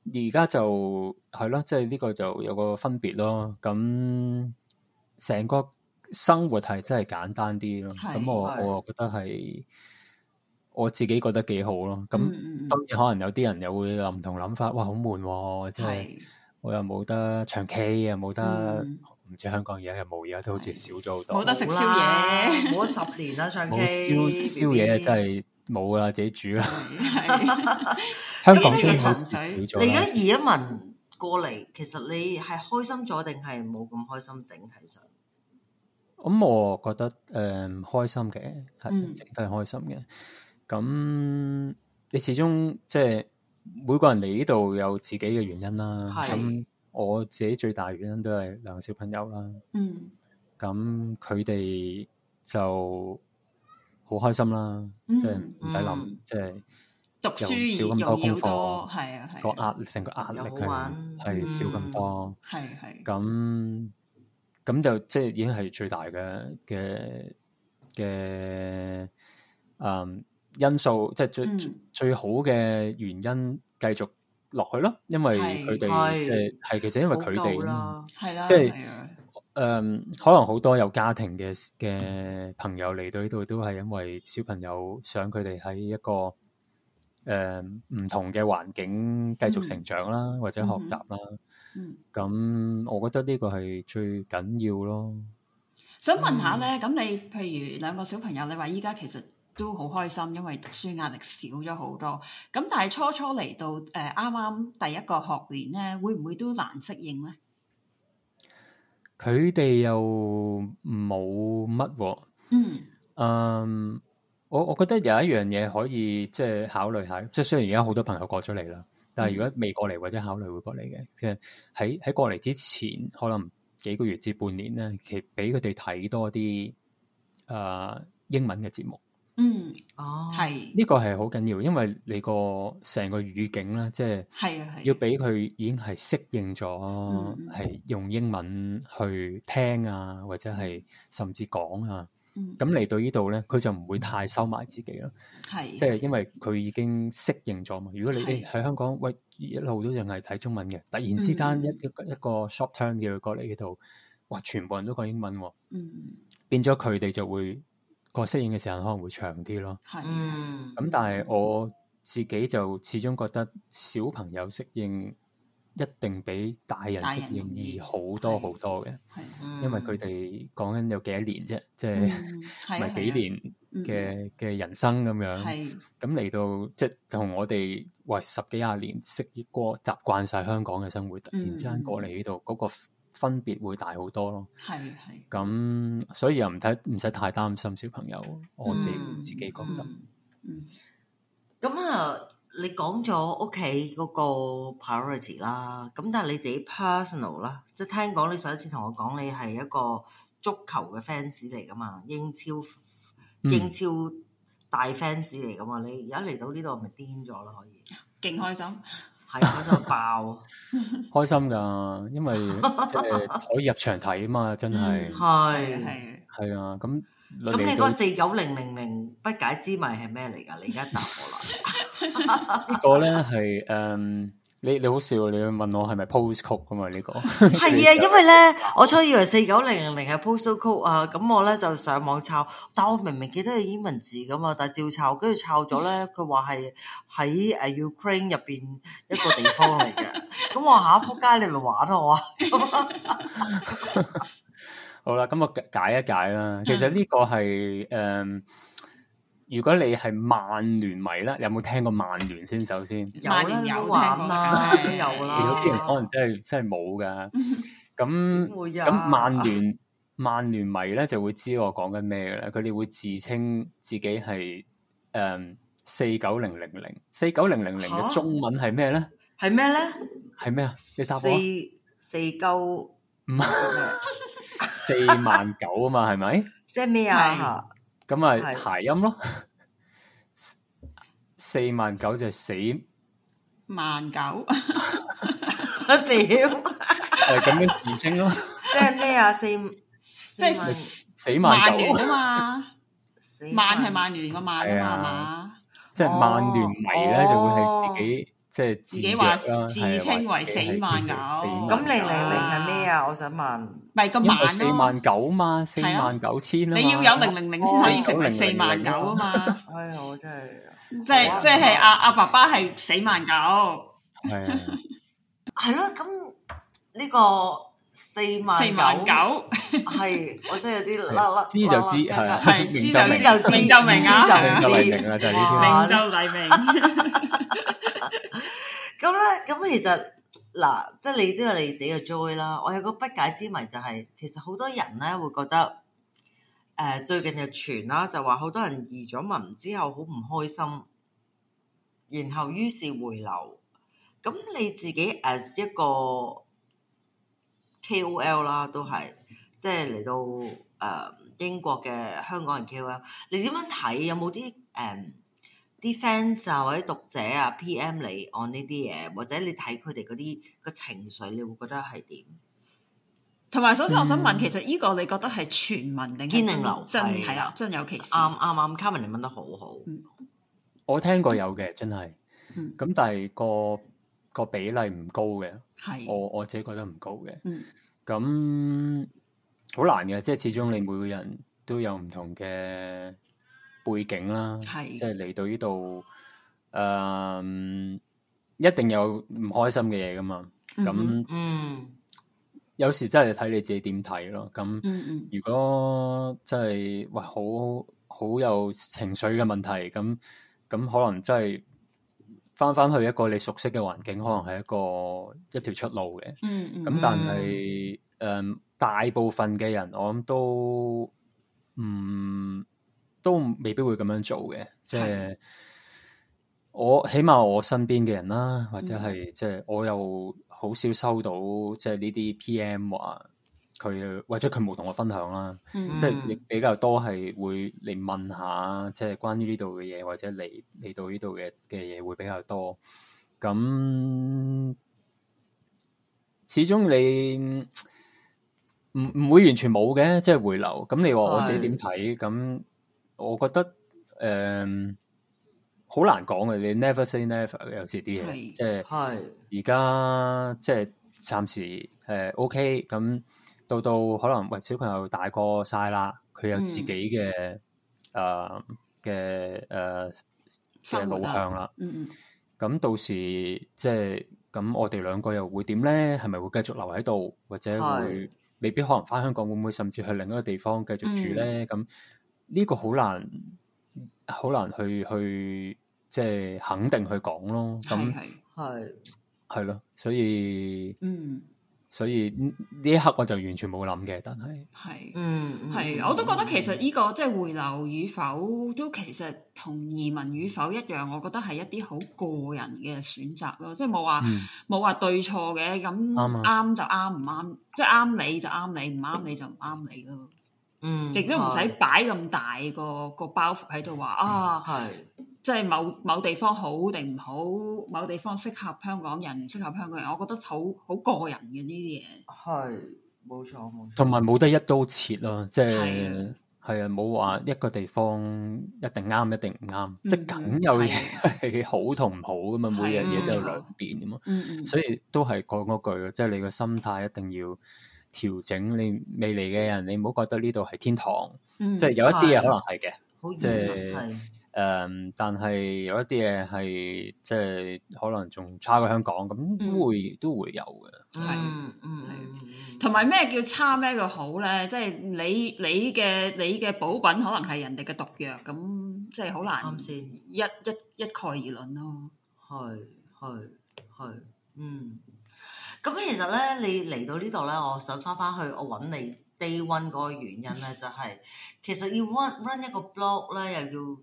Speaker 3: 而家就係咯，即係呢個就有個分別咯。咁成個生活係真係簡單啲咯。
Speaker 2: 係
Speaker 3: 咁我
Speaker 1: 係
Speaker 3: 我又覺得係我自己覺得幾好咯。咁
Speaker 2: 嗯嗯嗯
Speaker 3: 當然可能有啲人又會有唔同諗法，哇好悶喎！即係
Speaker 2: 係
Speaker 3: 我又冇得唱 K，又冇得
Speaker 2: 嗯
Speaker 3: 唔知香港而家有冇，而家都好似少咗好多。
Speaker 2: 冇得食
Speaker 1: 冇
Speaker 2: 宵
Speaker 1: 啦
Speaker 2: 夜，
Speaker 1: 冇咗十年啦，唱 K
Speaker 3: 冇宵宵夜真係冇啦，自己煮啦。
Speaker 2: [LAUGHS]
Speaker 1: [LAUGHS]
Speaker 3: 香
Speaker 2: 係
Speaker 3: 港
Speaker 1: 即
Speaker 3: 都
Speaker 1: 係
Speaker 3: 好
Speaker 2: 其
Speaker 3: 似
Speaker 2: 實
Speaker 3: 少咗
Speaker 1: 你而
Speaker 3: 啦
Speaker 1: 家。移一民過嚟，其實你係開心咗定係冇咁開心？整體上，
Speaker 3: 咁我覺得誒開心嘅，係
Speaker 2: 嗯
Speaker 3: 整體開心嘅。咁你始終即係每個人嚟呢度有自己嘅原因啦。
Speaker 1: 係
Speaker 3: 咁我自己最大原因都係兩個小朋友啦。
Speaker 2: 嗯
Speaker 3: 咁佢哋就好開心啦，即係唔使諗
Speaker 1: 嗯，
Speaker 3: 即係
Speaker 2: 讀
Speaker 3: 又
Speaker 2: 書
Speaker 3: 少
Speaker 2: 而
Speaker 3: 咁多
Speaker 2: 容易
Speaker 3: 功
Speaker 2: 好多，
Speaker 3: 課，
Speaker 2: 係啊係
Speaker 3: 個
Speaker 2: 啊
Speaker 3: 壓成個壓力
Speaker 1: 又好玩嗯
Speaker 3: 係係少咁多。
Speaker 2: 係係。
Speaker 3: 咁咁就即係已經係最大嘅嘅嘅誒因素，即係最、最
Speaker 2: 嗯
Speaker 3: 最好嘅原因繼續落去咯，因為
Speaker 2: 係
Speaker 3: 佢哋
Speaker 1: 係
Speaker 3: 即係係其實因為佢
Speaker 1: 好夠
Speaker 3: 哋
Speaker 1: 啦，
Speaker 2: 係啦，
Speaker 3: 即係
Speaker 2: 係啊
Speaker 3: 誒、呃可能好多有家庭嘅嘅朋友嚟到呢度，都係因為小朋友想佢哋喺一個誒唔、同嘅環境繼續成長啦，或者學習啦。
Speaker 2: 嗯
Speaker 3: 咁、我覺得呢個係最緊要咯。
Speaker 2: 想問下咧，咁、你譬如兩個小朋友，你話依家其實都好開心，因為讀書壓力少咗好多。咁但係初初嚟到誒啱啱第一個學年咧，會唔會都難適應咧？
Speaker 3: 佢哋又冇乜喎。
Speaker 2: 嗯
Speaker 3: 嗯，我我覺得有一樣嘢可以即係考慮下，即係雖然而家好多朋友過咗嚟啦，但係如果未過嚟或者考慮會過嚟嘅，即係喺喺過嚟之前，可能幾個月至半年咧，其實俾佢哋睇多啲誒、呃英文嘅節目，
Speaker 2: 嗯，
Speaker 1: 哦，
Speaker 2: 係
Speaker 3: 呢個係好緊要，因為你個成個語境咧，即係
Speaker 2: 係啊係啊。
Speaker 3: 要俾佢已經係適應咗，
Speaker 2: 嗯
Speaker 3: 係用英文去聽啊，或者係甚至講啊。
Speaker 2: 嗯
Speaker 3: 咁嚟到呢度咧，佢就唔會太收埋自己啦。
Speaker 2: 係
Speaker 3: 即係因為佢已經適應咗嘛。如果你
Speaker 2: 係
Speaker 3: 誒喺香港，喂一路都淨係睇中文嘅，突然之間
Speaker 2: 嗯
Speaker 3: 一一個一個 short turn 叫佢過嚟呢度，哇！全部人都講英文喎，
Speaker 2: 嗯
Speaker 3: 變咗佢哋就會個適應嘅時間可能會長啲咯。
Speaker 2: 係
Speaker 1: 嗯，
Speaker 3: 咁但係我自己就始終覺得小朋友適應一定比大人
Speaker 2: 大人
Speaker 3: 適應
Speaker 2: 容易
Speaker 3: 易好多
Speaker 2: 係
Speaker 3: 好多嘅，
Speaker 2: 係
Speaker 3: 因為佢哋講緊有幾多年啫，即
Speaker 2: 嗯
Speaker 3: 係
Speaker 2: 係
Speaker 3: 唔
Speaker 2: 啊
Speaker 3: 係幾年
Speaker 2: 係啊
Speaker 3: 嘅嘅人生咁
Speaker 2: 嗯
Speaker 3: 樣。
Speaker 2: 係
Speaker 3: 咁嚟到即係同我哋喂十幾廿年適應過習慣晒香港嘅
Speaker 2: 嗯
Speaker 3: 生活，突然之間過嚟呢度嗰個分別會大好多咯。
Speaker 2: 係係
Speaker 3: 咁所以又唔睇唔使太擔心小朋友，我自己
Speaker 1: 嗯
Speaker 3: 自己覺得。
Speaker 2: 嗯嗯
Speaker 1: 咁啊，你講咗屋企嗰個 priority 啦，咁但係你自己 personal 啦，即係聽講你上一次同我講你係一個足球嘅 fans 嚟噶嘛，英超
Speaker 3: 嗯
Speaker 1: 英超大 fans 嚟噶嘛，你而家嚟到呢度咪癲咗啦，可以
Speaker 2: 勁開心
Speaker 1: 係嗰度 [LAUGHS] 爆，啊
Speaker 3: 開心㗎，
Speaker 1: [LAUGHS]
Speaker 3: 因為即係可以入場睇啊嘛，真係
Speaker 2: 嗯
Speaker 1: 係
Speaker 2: 係
Speaker 3: 係啊。咁
Speaker 1: 咁你
Speaker 3: 嚟
Speaker 1: 嗰
Speaker 3: 到
Speaker 1: 四九零零零不解之謎係咩嚟㗎？你而家答我啦，
Speaker 3: 呢個咧係誒，你你好笑，你問我係咪 post 曲㗎嘛？呢個 [LAUGHS]
Speaker 1: 係啊，因為咧，我初以為四九零零零係 postal code 啊，咁我咧就上網抄，但我明明記得係英文字噶嘛，但係照抄，跟住抄咗咧，佢話係喺誒 Ukraine 入邊一個地方嚟嘅，咁我下仆街，你咪玩我啊！
Speaker 3: 好啦，咁我解解一解
Speaker 1: 嗯
Speaker 3: 啦。其實呢個係誒、嗯如果你係曼聯迷啦，有冇聽過曼聯先？首先，
Speaker 1: 有啦
Speaker 2: 萬年有
Speaker 1: 都玩啦
Speaker 2: 聽過
Speaker 1: 都有
Speaker 3: 有
Speaker 1: 啦
Speaker 3: 啲人可能真係真係冇 [LAUGHS] 噶。咁
Speaker 1: 點會啊
Speaker 3: 咁曼聯 [LAUGHS] 曼聯迷咧就會知我講緊咩嘅啦。佢哋會自稱自己係誒四九零零零四九零零零
Speaker 1: 嚇
Speaker 3: 嘅中文係咩咧？
Speaker 1: 係咩咧？
Speaker 3: 係咩啊？你答我啊
Speaker 1: 四四鳩
Speaker 3: 唔係四萬九啊嘛，係 [LAUGHS] 咪？
Speaker 1: 即係咩啊？
Speaker 3: 咁啊，
Speaker 1: 係
Speaker 3: 諧音咯，四萬九就係死，誒
Speaker 2: 萬九
Speaker 1: [LAUGHS] 屌，即
Speaker 3: 咁樣自稱咯，
Speaker 1: 係咩啊？四
Speaker 2: 即係
Speaker 3: 死萬
Speaker 2: 萬
Speaker 3: 九
Speaker 2: 元，啊嘛，
Speaker 1: 四
Speaker 2: 萬係萬元個萬
Speaker 3: 係
Speaker 2: 啊
Speaker 3: 啊
Speaker 2: 嘛，
Speaker 3: 即係曼聯迷咧就會係自己即係
Speaker 2: 哦
Speaker 3: 啊
Speaker 2: 自
Speaker 3: 自
Speaker 2: 己
Speaker 3: 虐
Speaker 2: 話
Speaker 3: 啦，
Speaker 2: 自稱為死萬九
Speaker 1: 咁零零零係咩啊？我想問。
Speaker 2: 係啊嘛，咪個
Speaker 3: 因為四
Speaker 2: 萬咯。
Speaker 3: 萬九嘛，四
Speaker 2: 係啊
Speaker 3: 萬九千啊嘛，
Speaker 2: 你要有零零零先可以成為四萬九啊
Speaker 3: 4900
Speaker 2: 嘛，
Speaker 1: 哎呀，我真係〜
Speaker 2: 即係即係阿阿爸爸係四萬九，
Speaker 3: 係啊，
Speaker 1: 係咯，咁呢個四萬
Speaker 2: 四萬九，
Speaker 1: 係，我真係有啲甩甩。
Speaker 3: 知就知係啊
Speaker 2: 係
Speaker 3: 明
Speaker 2: 知
Speaker 3: 就明
Speaker 2: 就知，明就明啊，
Speaker 3: 就
Speaker 2: 係
Speaker 3: 明
Speaker 2: 啊
Speaker 3: 就明啦就係呢啲
Speaker 1: 哇
Speaker 2: 明啊就黎明，
Speaker 1: 咁咧，咁其實嗱，即係你都有你自己嘅 joy 啦。我有個不解之謎就係、其實好多人咧會覺得，誒、最近就傳啦，就話好多人移咗民之後好唔開心，然後於是回流。咁你自己 as 一個 KOL 啦，都係即係嚟到誒、英國嘅香港人 KOL，你點樣睇？有冇啲誒？呃啲 fans 啊，或者讀者啊，PM 你 on 呢啲嘢，或者你睇佢哋嗰啲個情緒，你會覺得係點？
Speaker 2: 同埋首先我想問，其實呢個你覺得係傳聞定係
Speaker 1: 堅定流
Speaker 2: 真
Speaker 1: 係
Speaker 2: 係啊，真有其事，
Speaker 1: 啱啱啱，Carmen 你問得好好，
Speaker 3: 我聽過有嘅真係，
Speaker 2: 嗯
Speaker 3: 咁但係個個比例唔高嘅，
Speaker 2: 係，
Speaker 3: 我我自己覺得唔高嘅。
Speaker 2: 嗯
Speaker 3: 咁好難嘅，即係始終你每個人都有唔同嘅背景啦，
Speaker 2: 係
Speaker 3: 即係嚟到呢度，嗯誒、一定有唔開心嘅嘢噶嘛。咁、
Speaker 2: 嗯
Speaker 1: 嗯，
Speaker 3: 有時真係睇你自己點睇咯。咁
Speaker 2: 嗯嗯
Speaker 3: 如果真係喂好好有情緒嘅問題，咁咁可能真係翻翻去一個你熟悉嘅環境，可能係一個一條出路嘅。
Speaker 2: 嗯嗯，
Speaker 3: 咁但係誒、嗯大部分嘅人，我諗都唔都未必會咁樣做嘅，即係我起碼我身邊嘅人啦，或
Speaker 2: 嗯
Speaker 3: 者係即係我又好少收到即係呢啲 PM 話佢或者佢冇同我分享啦，
Speaker 2: 嗯
Speaker 3: 即係你比較多係會嚟問下，即係關於呢度嘅嘢，或者嚟嚟到呢度嘅嘅嘢會比較多。咁始終你嗯唔唔會完全冇嘅，即係回流。咁你話我自己點睇？咁我覺得誒好、難講嘅，你 never say never 有時啲嘢，
Speaker 2: 係
Speaker 3: 即係。
Speaker 1: 係
Speaker 3: 而家即係暫時誒、呃 OK，咁到到可能喂小朋友大個晒啦，佢有自
Speaker 2: 嗯
Speaker 3: 己嘅誒嘅誒嘅
Speaker 2: 生活
Speaker 3: 路
Speaker 2: 啊
Speaker 3: 向啦。
Speaker 2: 嗯嗯
Speaker 3: 咁到時即係咁，我哋兩個又會點咧？係咪會繼續留喺度，或者會
Speaker 1: 係
Speaker 3: 未必可能翻香港？會唔會甚至去另一個地方繼續住
Speaker 2: 嗯
Speaker 3: 咧？咁呢、個好難，好難去去即係肯定去講咯。
Speaker 2: 係
Speaker 3: 咁
Speaker 2: 係
Speaker 1: 係
Speaker 3: 係咯，所以
Speaker 2: 嗯
Speaker 3: 所以呢呢一刻我就完全冇諗嘅，但係
Speaker 2: 係。
Speaker 1: 嗯
Speaker 2: 係，我都覺得其
Speaker 3: 嗯
Speaker 2: 實呢個即係回流與否，都其實同移民與否一樣，我覺得係一啲好個人嘅選擇咯，即係冇話
Speaker 3: 嗯
Speaker 2: 冇話對錯嘅，咁
Speaker 3: 啱啊
Speaker 2: 啱就啱，唔啱即係啱你就啱你，唔啱你就唔啱你咯，
Speaker 1: 嗯
Speaker 2: 亦都唔使擺咁大個個包袱喺度話啊。
Speaker 3: 嗯
Speaker 1: 係
Speaker 2: 即係某某地方好定唔好，某地方適合香港人唔適合香港人，我覺得好好個人嘅呢啲嘢。
Speaker 1: 係冇錯冇錯，
Speaker 3: 同埋冇得一刀切咯，即
Speaker 2: 係
Speaker 3: 係係啊，冇話一個地方一定啱，一定唔啱，即係梗
Speaker 2: 嗯
Speaker 3: 有嘢
Speaker 2: 係
Speaker 3: 係好同唔好噶嘛，每樣嘢都有
Speaker 2: 係啊
Speaker 3: 兩邊噶嘛，
Speaker 2: 嗯嗯，
Speaker 3: 所以都係講嗰句咯，即係你個心態一定要調整。你未嚟嘅人，你唔好覺得呢度係天堂，
Speaker 2: 以
Speaker 3: 即係有一啲嘢
Speaker 1: 係
Speaker 3: 可能係嘅。
Speaker 1: 好現
Speaker 3: 即係
Speaker 1: 實係
Speaker 3: 誒、但係有一啲嘢係即係可能仲差過香港，咁
Speaker 2: 嗯
Speaker 3: 都會、都會有嘅。
Speaker 1: 嗯嗯嗯
Speaker 2: 同埋咩叫差咩叫好咧？即係你你嘅你嘅補品可能係人哋嘅毒藥，咁即係好難
Speaker 1: 啱先
Speaker 2: 一一一概而論咯。
Speaker 1: 係係係嗯，咁其實咧，你嚟到呢度咧，我想翻翻去我揾你 day one 嗰個原
Speaker 3: [LAUGHS]
Speaker 1: 因咧，就係、其實要 run run 一個 blog 咧，又要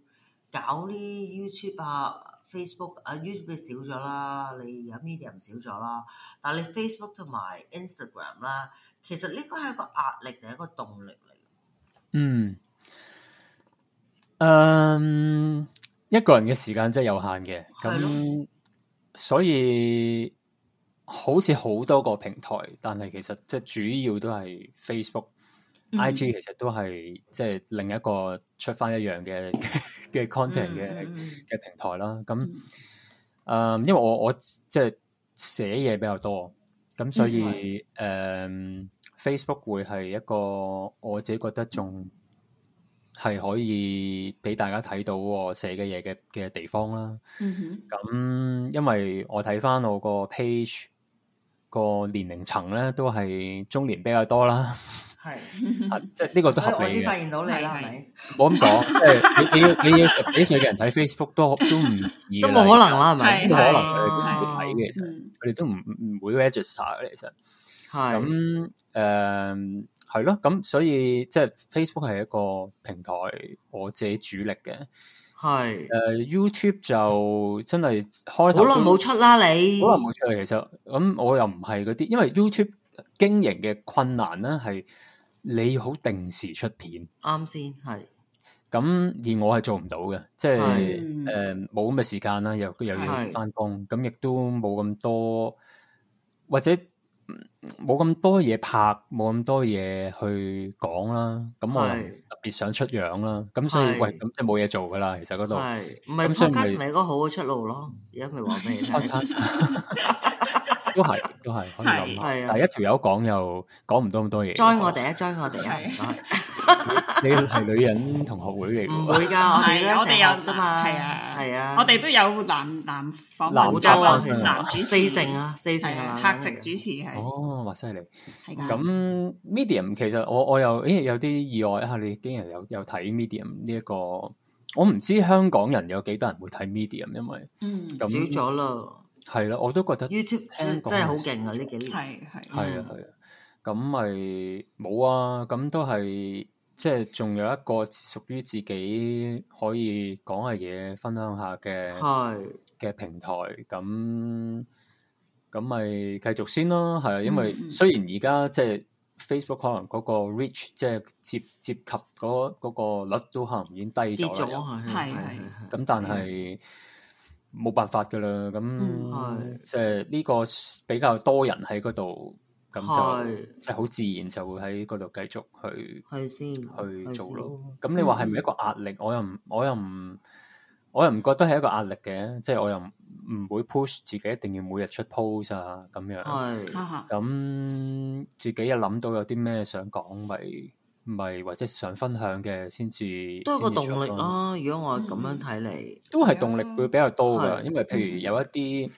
Speaker 1: 搞啲 YouTube 啊、Facebook 啊、YouTube 少咗啦，你而家 Medium 少咗啦，但係你 Facebook 同埋 Instagram 啦，其實呢個係一個壓力定係一個動力嚟嘅。
Speaker 3: 嗯，嗯，一個人嘅時間真係有限嘅，
Speaker 1: 係
Speaker 3: 咁所以好似好多個平台，但係其實即係主要都係 Facebook、IG，其
Speaker 1: 嗯
Speaker 3: 實都係即係另一個出翻一樣嘅嘅 content 嘅
Speaker 1: 嗯嗯嗯
Speaker 3: 嘅平台啦。咁
Speaker 2: 嗯
Speaker 3: 誒，因為我我即係寫嘢比較多，咁所以誒、Facebook 會係一個我自己覺得仲係可以俾大家睇到我寫嘅嘢嘅嘅地方啦。
Speaker 2: 嗯
Speaker 3: 咁因為我睇翻我個 page 個年齡層咧，都係中年比較多啦，
Speaker 1: 係，
Speaker 3: 啊即係呢個都
Speaker 1: 嗯所
Speaker 3: 合
Speaker 1: 以我
Speaker 3: 理
Speaker 1: 先
Speaker 3: 嘅
Speaker 1: 發。現到你啦，
Speaker 2: 係
Speaker 1: 係咪？
Speaker 3: 我咁講，即係你你要你要十幾歲嘅人睇 Facebook 都都唔易
Speaker 1: [LAUGHS] 都
Speaker 3: 㗎啦
Speaker 1: 冇可能啦，係
Speaker 2: 哼，
Speaker 1: 咪
Speaker 2: 係？
Speaker 3: 都可能佢哋都唔會
Speaker 2: 係
Speaker 3: 睇嘅，其實
Speaker 2: 嗯
Speaker 3: 佢哋都唔唔會 register 嘅，其實
Speaker 1: 係
Speaker 3: 咁誒係咯，咁、所以即係 Facebook 係一個平台，我自己主力嘅。誒、
Speaker 1: 係。
Speaker 3: Ờ, YouTube 就真係開頭
Speaker 1: 好耐
Speaker 3: 都
Speaker 1: 冇出啦，你
Speaker 3: 好耐冇出嚟，其實咁我又唔係嗰啲，因為 YouTube 經營嘅困難咧係你要好定時出片。
Speaker 1: 啱先係
Speaker 3: 咁而我係做唔到嘅，即係
Speaker 1: 係
Speaker 3: 誒冇咁嘅時間啦，又又要
Speaker 1: 係
Speaker 3: 翻工，咁亦都冇咁多，或者嗯冇咁多嘢拍，冇咁多嘢去講啦。咁我又唔
Speaker 1: 係
Speaker 3: 特別想出樣啦，咁所以
Speaker 1: 係
Speaker 3: 喂，咁即係冇嘢做噶啦，其實嗰度。
Speaker 1: 係唔係
Speaker 3: 咁所以
Speaker 1: podcast
Speaker 3: 咪
Speaker 1: Dạ, [LAUGHS] 咪一個好嘅出路咯？而家咪話俾你聽，
Speaker 3: Podcast 都係都係可以諗下。
Speaker 1: 係係啊
Speaker 3: 但係一條友講又講唔到咁多嘢。
Speaker 1: join 我哋啊，join 我哋啊，唔該
Speaker 3: 你係女人同學會
Speaker 1: [LAUGHS]
Speaker 3: 嚟
Speaker 1: 唔
Speaker 3: 㗎喎，
Speaker 1: 會㗎，我哋
Speaker 2: 係
Speaker 1: 咧
Speaker 2: 我哋有
Speaker 1: 成學啫嘛，
Speaker 2: 係啊
Speaker 1: 係啊，
Speaker 2: 我哋都有男男訪
Speaker 3: 男
Speaker 2: 問
Speaker 3: 嘉
Speaker 2: 嘉
Speaker 3: 賓
Speaker 2: 賓、
Speaker 3: 啊
Speaker 2: 男主持、
Speaker 1: 四成啊，四成
Speaker 2: 係
Speaker 1: 啊，
Speaker 2: 啊，客席主持係
Speaker 3: 哦，哇犀利！
Speaker 2: 係㗎。
Speaker 3: 咁 medium 其實我我又誒有啲意外啊！你竟然有有睇 medium 呢、一個，我唔知香港人有幾多人會睇 medium，因為
Speaker 2: 嗯
Speaker 3: 咁
Speaker 1: 少嗯咗啦
Speaker 3: 係啦，我都覺得
Speaker 1: ，YouTube 真
Speaker 3: 香港
Speaker 1: 真係好
Speaker 3: 係
Speaker 1: 勁啊！呢幾年
Speaker 2: 係係
Speaker 3: 係啊係啊，咁咪冇啊，咁都係即係仲有一個屬於自己可以講下嘢、分享下嘅
Speaker 1: 係
Speaker 3: 嘅平台，咁咁咪繼續先咯，係啊，因為
Speaker 2: 嗯嗯
Speaker 3: 雖然而家即係 Facebook 可能嗰個 reach 即係接接及嗰嗰個率都可能已經低
Speaker 1: 跌
Speaker 3: 咗
Speaker 1: 咗
Speaker 3: 啦，
Speaker 1: 係
Speaker 2: 係
Speaker 1: 係啊嗯
Speaker 3: 咁但係冇辦法噶啦，咁
Speaker 1: 係
Speaker 3: 即係呢個比較多人喺嗰度，咁就
Speaker 1: 係
Speaker 3: 即係好自然就會喺嗰度繼續去
Speaker 1: 係先
Speaker 3: 去做咯。
Speaker 1: 係嗯
Speaker 3: 咁你話係咪一個壓力？我又唔，我又唔，我又唔覺得係一個壓力嘅，即係我又唔唔會 push 自己一定要每日出 post 啊咁
Speaker 1: 先
Speaker 3: 樣。
Speaker 1: 係
Speaker 2: 哈哈
Speaker 3: 咁自己又諗到有啲咩想講，咪咪或者想分享嘅先至
Speaker 1: 都係個
Speaker 3: 先至出
Speaker 1: 動力
Speaker 3: 咯
Speaker 1: 啦。如果我咁
Speaker 2: 嗯
Speaker 1: 樣
Speaker 2: 嗯
Speaker 1: 睇嚟，
Speaker 3: 都係動力會比較多
Speaker 1: 係
Speaker 3: 嘅，因為譬如有一啲，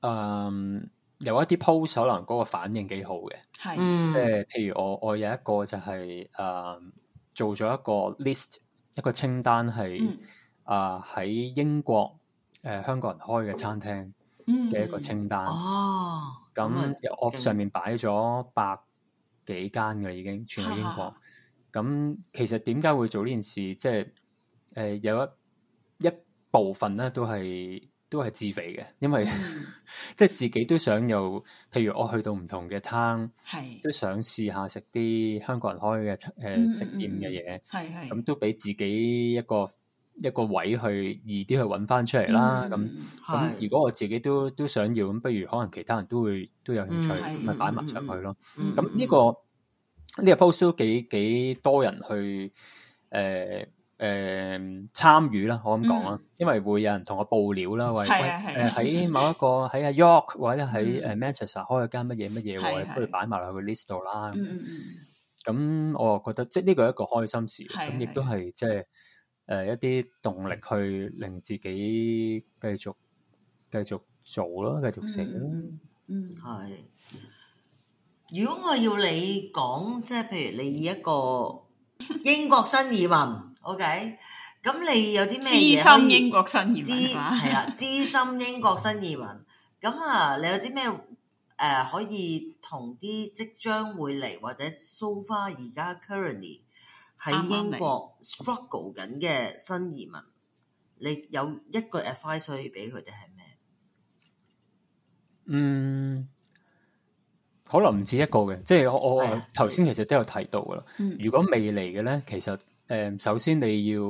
Speaker 3: 嗯，有一啲 post 可能嗰個反應幾好嘅，
Speaker 2: 係
Speaker 1: 嗯，
Speaker 3: 即係譬如我我有一個就係、嗯做咗一個 list 一個清單係
Speaker 2: 嗯
Speaker 3: 啊喺英國誒、呃香港人開嘅餐廳
Speaker 2: 嗯
Speaker 3: 嘅一個清單，
Speaker 1: 哦，
Speaker 3: 咁、
Speaker 1: 啊
Speaker 3: 我
Speaker 1: 勁
Speaker 3: 上面擺咗百幾間嘅啦已經，全喺英國。咁其實點解會做呢件事？即係誒、呃有一一部分咧都係都係自肥嘅，因為
Speaker 1: 嗯
Speaker 3: [LAUGHS] 即係自己都想有，譬如我去到唔同嘅攤，
Speaker 2: 係
Speaker 3: 都想試下食啲香港人開嘅誒、呃
Speaker 2: 嗯
Speaker 3: 食店
Speaker 2: 嗯
Speaker 3: 嘅嘢，
Speaker 2: 係係
Speaker 3: 咁都俾自己一個一個位去易啲去揾翻
Speaker 2: 嗯
Speaker 3: 出嚟啦。咁咁
Speaker 1: 係
Speaker 3: 如果我自己都都想要，咁不如可能其他人都會都有興趣，
Speaker 1: 嗯
Speaker 3: 咁咪
Speaker 1: 係
Speaker 3: 擺埋上去咯。
Speaker 1: 嗯
Speaker 3: 咁呢、個呢、個 post 都幾幾多人去誒誒參與啦，我咁講
Speaker 1: 嗯
Speaker 3: 啦，因為會有人同我報料啦，喂
Speaker 2: 係
Speaker 3: 喂
Speaker 2: 啊係
Speaker 3: 誒
Speaker 2: 啊
Speaker 3: 喺某一個喺阿 York 或者喺誒
Speaker 2: 嗯
Speaker 3: Manchester 開咗間乜嘢乜嘢
Speaker 2: 係
Speaker 3: 喎，你不如
Speaker 2: 係
Speaker 3: 擺埋落去 list 度啦。
Speaker 2: 嗯嗯嗯
Speaker 3: 咁我又覺得即係呢個係一個開心事，
Speaker 2: 係
Speaker 3: 咁亦
Speaker 2: 係
Speaker 3: 都係即係誒一啲動力去令自己繼續繼續做咯，繼續寫咯。
Speaker 2: 嗯嗯
Speaker 1: 係。如果我要你講，即係譬如你以一個英國新移民，OK，咁你有啲咩
Speaker 2: 資
Speaker 1: 嘢可
Speaker 2: 深
Speaker 1: 以
Speaker 2: 英國新移
Speaker 1: 資
Speaker 2: 民啊嘛
Speaker 1: 係啊啦，資深英國新移民。咁啊，你有啲咩誒可以同啲即將會嚟或者 so far 而家 currently 喺
Speaker 2: 啱啱
Speaker 1: 英
Speaker 2: 嚟
Speaker 1: 國 struggle 緊嘅新移民，你有一個 advice 可以俾佢哋係咩？
Speaker 3: 嗯，可能唔止一個嘅，即係我我
Speaker 1: 係
Speaker 3: 我
Speaker 1: 啊
Speaker 3: 頭先其實都有提到噶啦。
Speaker 2: 嗯
Speaker 3: 如果未嚟嘅咧，其實誒、呃首先你要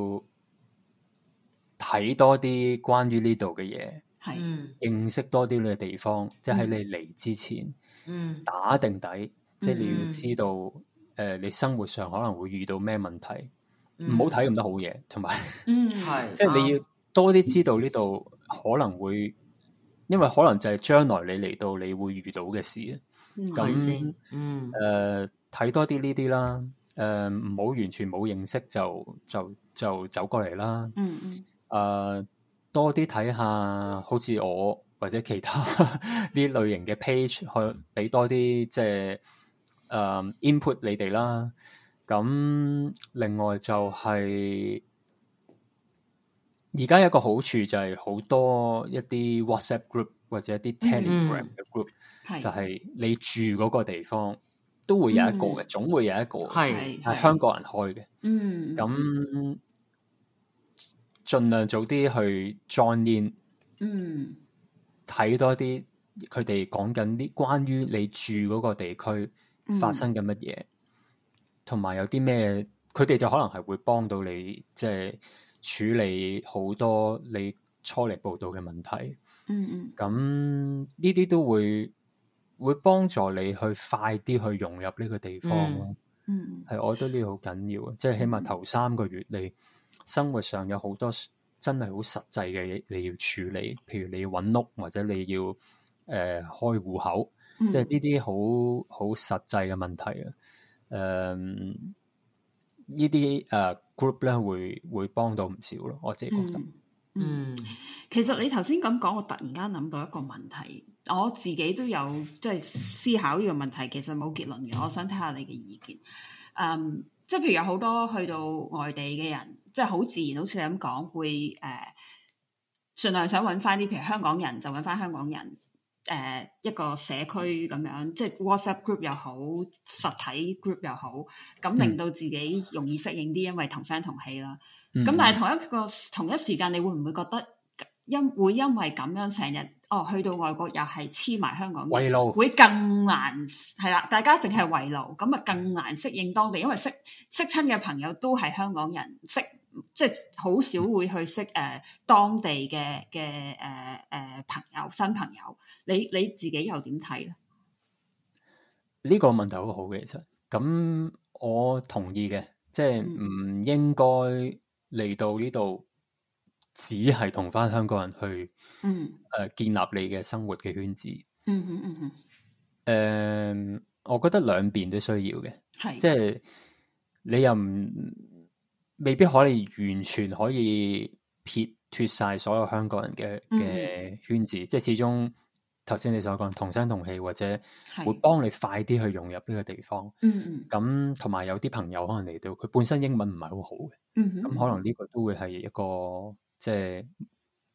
Speaker 3: 睇多啲關於呢度嘅嘢，
Speaker 2: 係
Speaker 1: 嗯
Speaker 3: 認識多啲呢個地方，即係喺你嚟之前
Speaker 1: 嗯
Speaker 3: 打定底，即係你
Speaker 1: 嗯
Speaker 3: 要知道誒、呃你生活上可能會遇到咩問題，唔
Speaker 1: 嗯啊
Speaker 3: 好睇咁多好嘢，同埋。
Speaker 1: [LAUGHS]
Speaker 2: 嗯
Speaker 1: 係
Speaker 3: 即係你
Speaker 1: 啱
Speaker 3: 要多啲知道呢度可能會，因為可能就係將來你嚟到你會遇到嘅事啊。
Speaker 1: 係先
Speaker 3: 咁
Speaker 1: 嗯
Speaker 3: 誒睇多啲呢啲啦，誒唔好完全冇認識就就就走過嚟啦。
Speaker 2: 嗯嗯
Speaker 3: 誒、呃多啲睇下，好似我或者其他 [LAUGHS] 呢類型嘅 page 去俾多啲即係誒、input 呃你哋啦。咁另外就係而家有一個好處就係好多一啲 WhatsApp group 或者一
Speaker 1: 嗯
Speaker 3: 啲 Telegram 嘅 group，、
Speaker 2: 係
Speaker 3: 就係你住嗰個地方都會有一個嘅，總會有一個嘅
Speaker 1: 嗯係
Speaker 3: 係香港人開嘅。
Speaker 2: 嗯
Speaker 3: 咁盡量早啲去 join in，
Speaker 2: 嗯
Speaker 3: 睇多啲佢哋講緊啲關於你住嗰個地區發生緊乜嘢，同埋、有啲咩，佢哋就可能係會幫到你，即、係、處理好多你初嚟報道嘅問題。
Speaker 2: 嗯嗯
Speaker 3: 咁呢啲都會會幫助你去快啲去融入呢個地方咯。
Speaker 2: 嗯
Speaker 3: 係，我覺得呢個好緊要啊！即係起碼頭三個月，你生活上有好多 s- 真係好實際嘅嘢你要處理，譬如你要揾屋，或者你要呃、開戶口，
Speaker 2: 嗯
Speaker 3: 即係呢啲好好實際嘅問題啊。誒、呢啲誒 group 咧會會幫到唔少咯，我自己覺得。
Speaker 2: 嗯嗯，其實你頭先咁講，我突然間諗到一個問題，我自己都有即係思考呢個問題，其實冇結論嘅。我想睇下你嘅意見。嗯，即係譬如有好多去到外地嘅人，即係好自然，好似你咁講，會誒、呃、盡量想揾翻啲譬如香港人，就揾翻香港人。誒、呃、一個社區咁樣，即係 WhatsApp group 又好，實體 group 又好，咁
Speaker 3: 嗯
Speaker 2: 令到自己容易適應啲，因為同聲同氣啦。
Speaker 3: 嗯
Speaker 2: 咁但係同一個同一時間，你會唔會覺得因會因為咁樣成日哦去到外國又係黐埋香港人，
Speaker 3: 圍爐
Speaker 2: 會更難係啦。大家淨係圍爐，咁啊更難適應當地，因為識識親嘅朋友都係香港人，識即係好少會去識誒、呃、當地嘅嘅誒誒朋友新朋友。你你自己又點睇咧？
Speaker 3: 呢個問題好好嘅，其實咁我同意嘅，即係
Speaker 2: 嗯
Speaker 3: 唔應該嚟到呢度，只係同翻香港人去誒、
Speaker 2: 嗯
Speaker 3: 呃建立你嘅生活嘅圈子。誒、
Speaker 2: 嗯嗯嗯嗯，
Speaker 3: 我覺得兩邊都需要嘅，
Speaker 2: 係
Speaker 3: 即係你又唔未必可以完全可以撇脱晒所有香港人嘅
Speaker 2: 嗯
Speaker 3: 嘅圈子，即係始終頭先你所講同聲同氣，或者會
Speaker 2: 係
Speaker 3: 幫你快啲去融入呢個地方。
Speaker 2: 嗯嗯
Speaker 3: 咁同埋有啲朋友可能嚟到，佢本身英文唔係好好嘅，
Speaker 2: 嗯嗯，
Speaker 3: 咁可能呢個都會係一個即係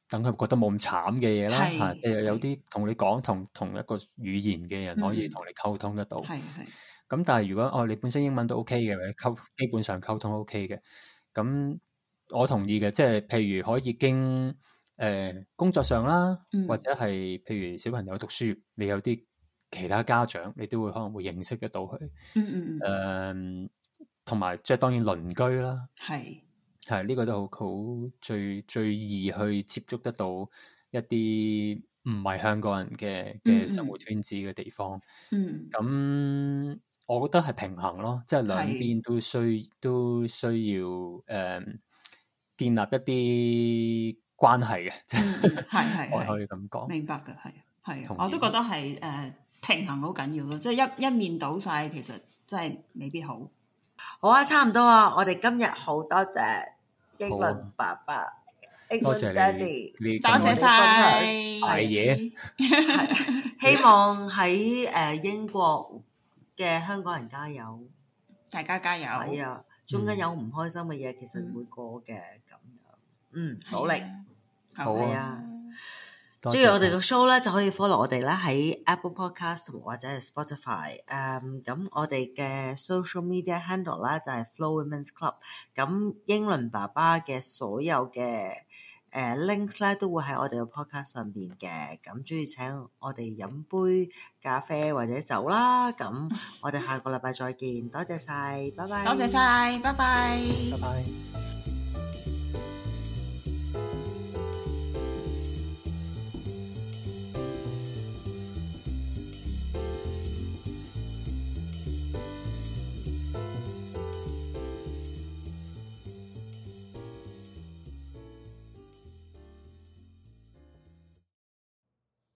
Speaker 3: 等佢覺得冇咁慘嘅嘢啦
Speaker 2: 係
Speaker 3: 嚇，即係有
Speaker 2: 係
Speaker 3: 啲同你講同同一個語言嘅人可以
Speaker 2: 嗯
Speaker 3: 同你溝通得到。
Speaker 2: 係係
Speaker 3: 咁但係如果哦你本身英文都 OK 嘅，或者溝基本上溝通 OK 嘅，咁我同意嘅，即係譬如可以經誒、呃工作上啦，
Speaker 2: 嗯
Speaker 3: 或者係譬如小朋友讀書，你有啲其他家長，你都會可能會認識得到佢。
Speaker 2: 嗯嗯嗯
Speaker 3: 誒，同埋即係當然鄰居啦，
Speaker 2: 係
Speaker 3: 係呢、個都好好最最易去接觸得到一啲唔係香港人嘅
Speaker 2: 嗯嗯
Speaker 3: 嘅生活圈子嘅地方。
Speaker 2: 嗯
Speaker 3: 咁、我覺得係平衡咯，即係兩
Speaker 2: 係
Speaker 3: 邊都需都需要誒、建立一啲關係嘅，即
Speaker 2: 嗯嗯係係
Speaker 3: 係 [LAUGHS]
Speaker 2: 係
Speaker 3: 我可以咁講。
Speaker 2: 明白嘅，係係
Speaker 3: 同
Speaker 2: 啊，我
Speaker 3: 意
Speaker 2: 都覺得係誒、呃平衡好緊要咯，即係一一面倒晒，其實真係未必好。
Speaker 1: 好啊，差唔多啊，我哋今日好多謝英倫爸爸，英
Speaker 3: 啊多
Speaker 1: 倫
Speaker 3: 謝你
Speaker 1: Daddy，，
Speaker 3: 你
Speaker 2: 多
Speaker 3: 咁
Speaker 2: 謝
Speaker 3: 耐
Speaker 2: 晒
Speaker 3: 大
Speaker 2: [LAUGHS]
Speaker 3: 嘢，
Speaker 1: 希望喺誒英國嘅香港人加油，
Speaker 2: 大家加
Speaker 1: 係
Speaker 2: 油！
Speaker 1: 啊，中
Speaker 3: 嗯
Speaker 1: 間有唔開心嘅嘢，其實會過嘅咁樣，嗯，
Speaker 2: 啊
Speaker 1: 努力。
Speaker 3: 好
Speaker 1: 係
Speaker 3: 啊
Speaker 1: 啊，
Speaker 3: 多
Speaker 1: 中意我
Speaker 3: 晒
Speaker 1: 哋個 show 咧，就可以 follow 我哋咧喺 Apple Podcast 同或者係 Spotify。誒，咁我哋嘅 social media handle 啦，就係 Flow Women's Club。咁英倫爸爸嘅所有嘅誒 links 咧，都會喺我哋嘅 podcast 上邊嘅。咁中意請我哋飲杯咖啡或者酒啦。咁我哋下個禮拜再見，多謝晒，拜拜。
Speaker 2: 多謝晒，拜拜
Speaker 3: 拜拜。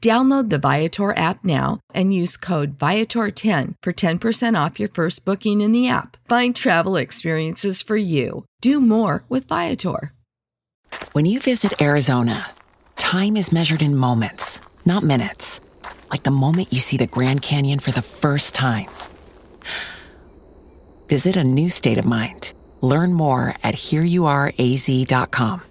Speaker 4: Download the Viator app now and use code Viator10 for 10% off your first booking in the app. Find travel experiences for you. Do more with Viator.
Speaker 5: When you visit Arizona, time is measured in moments, not minutes. Like the moment you see the Grand Canyon for the first time. Visit a new state of mind. Learn more at hereyouareaz.com.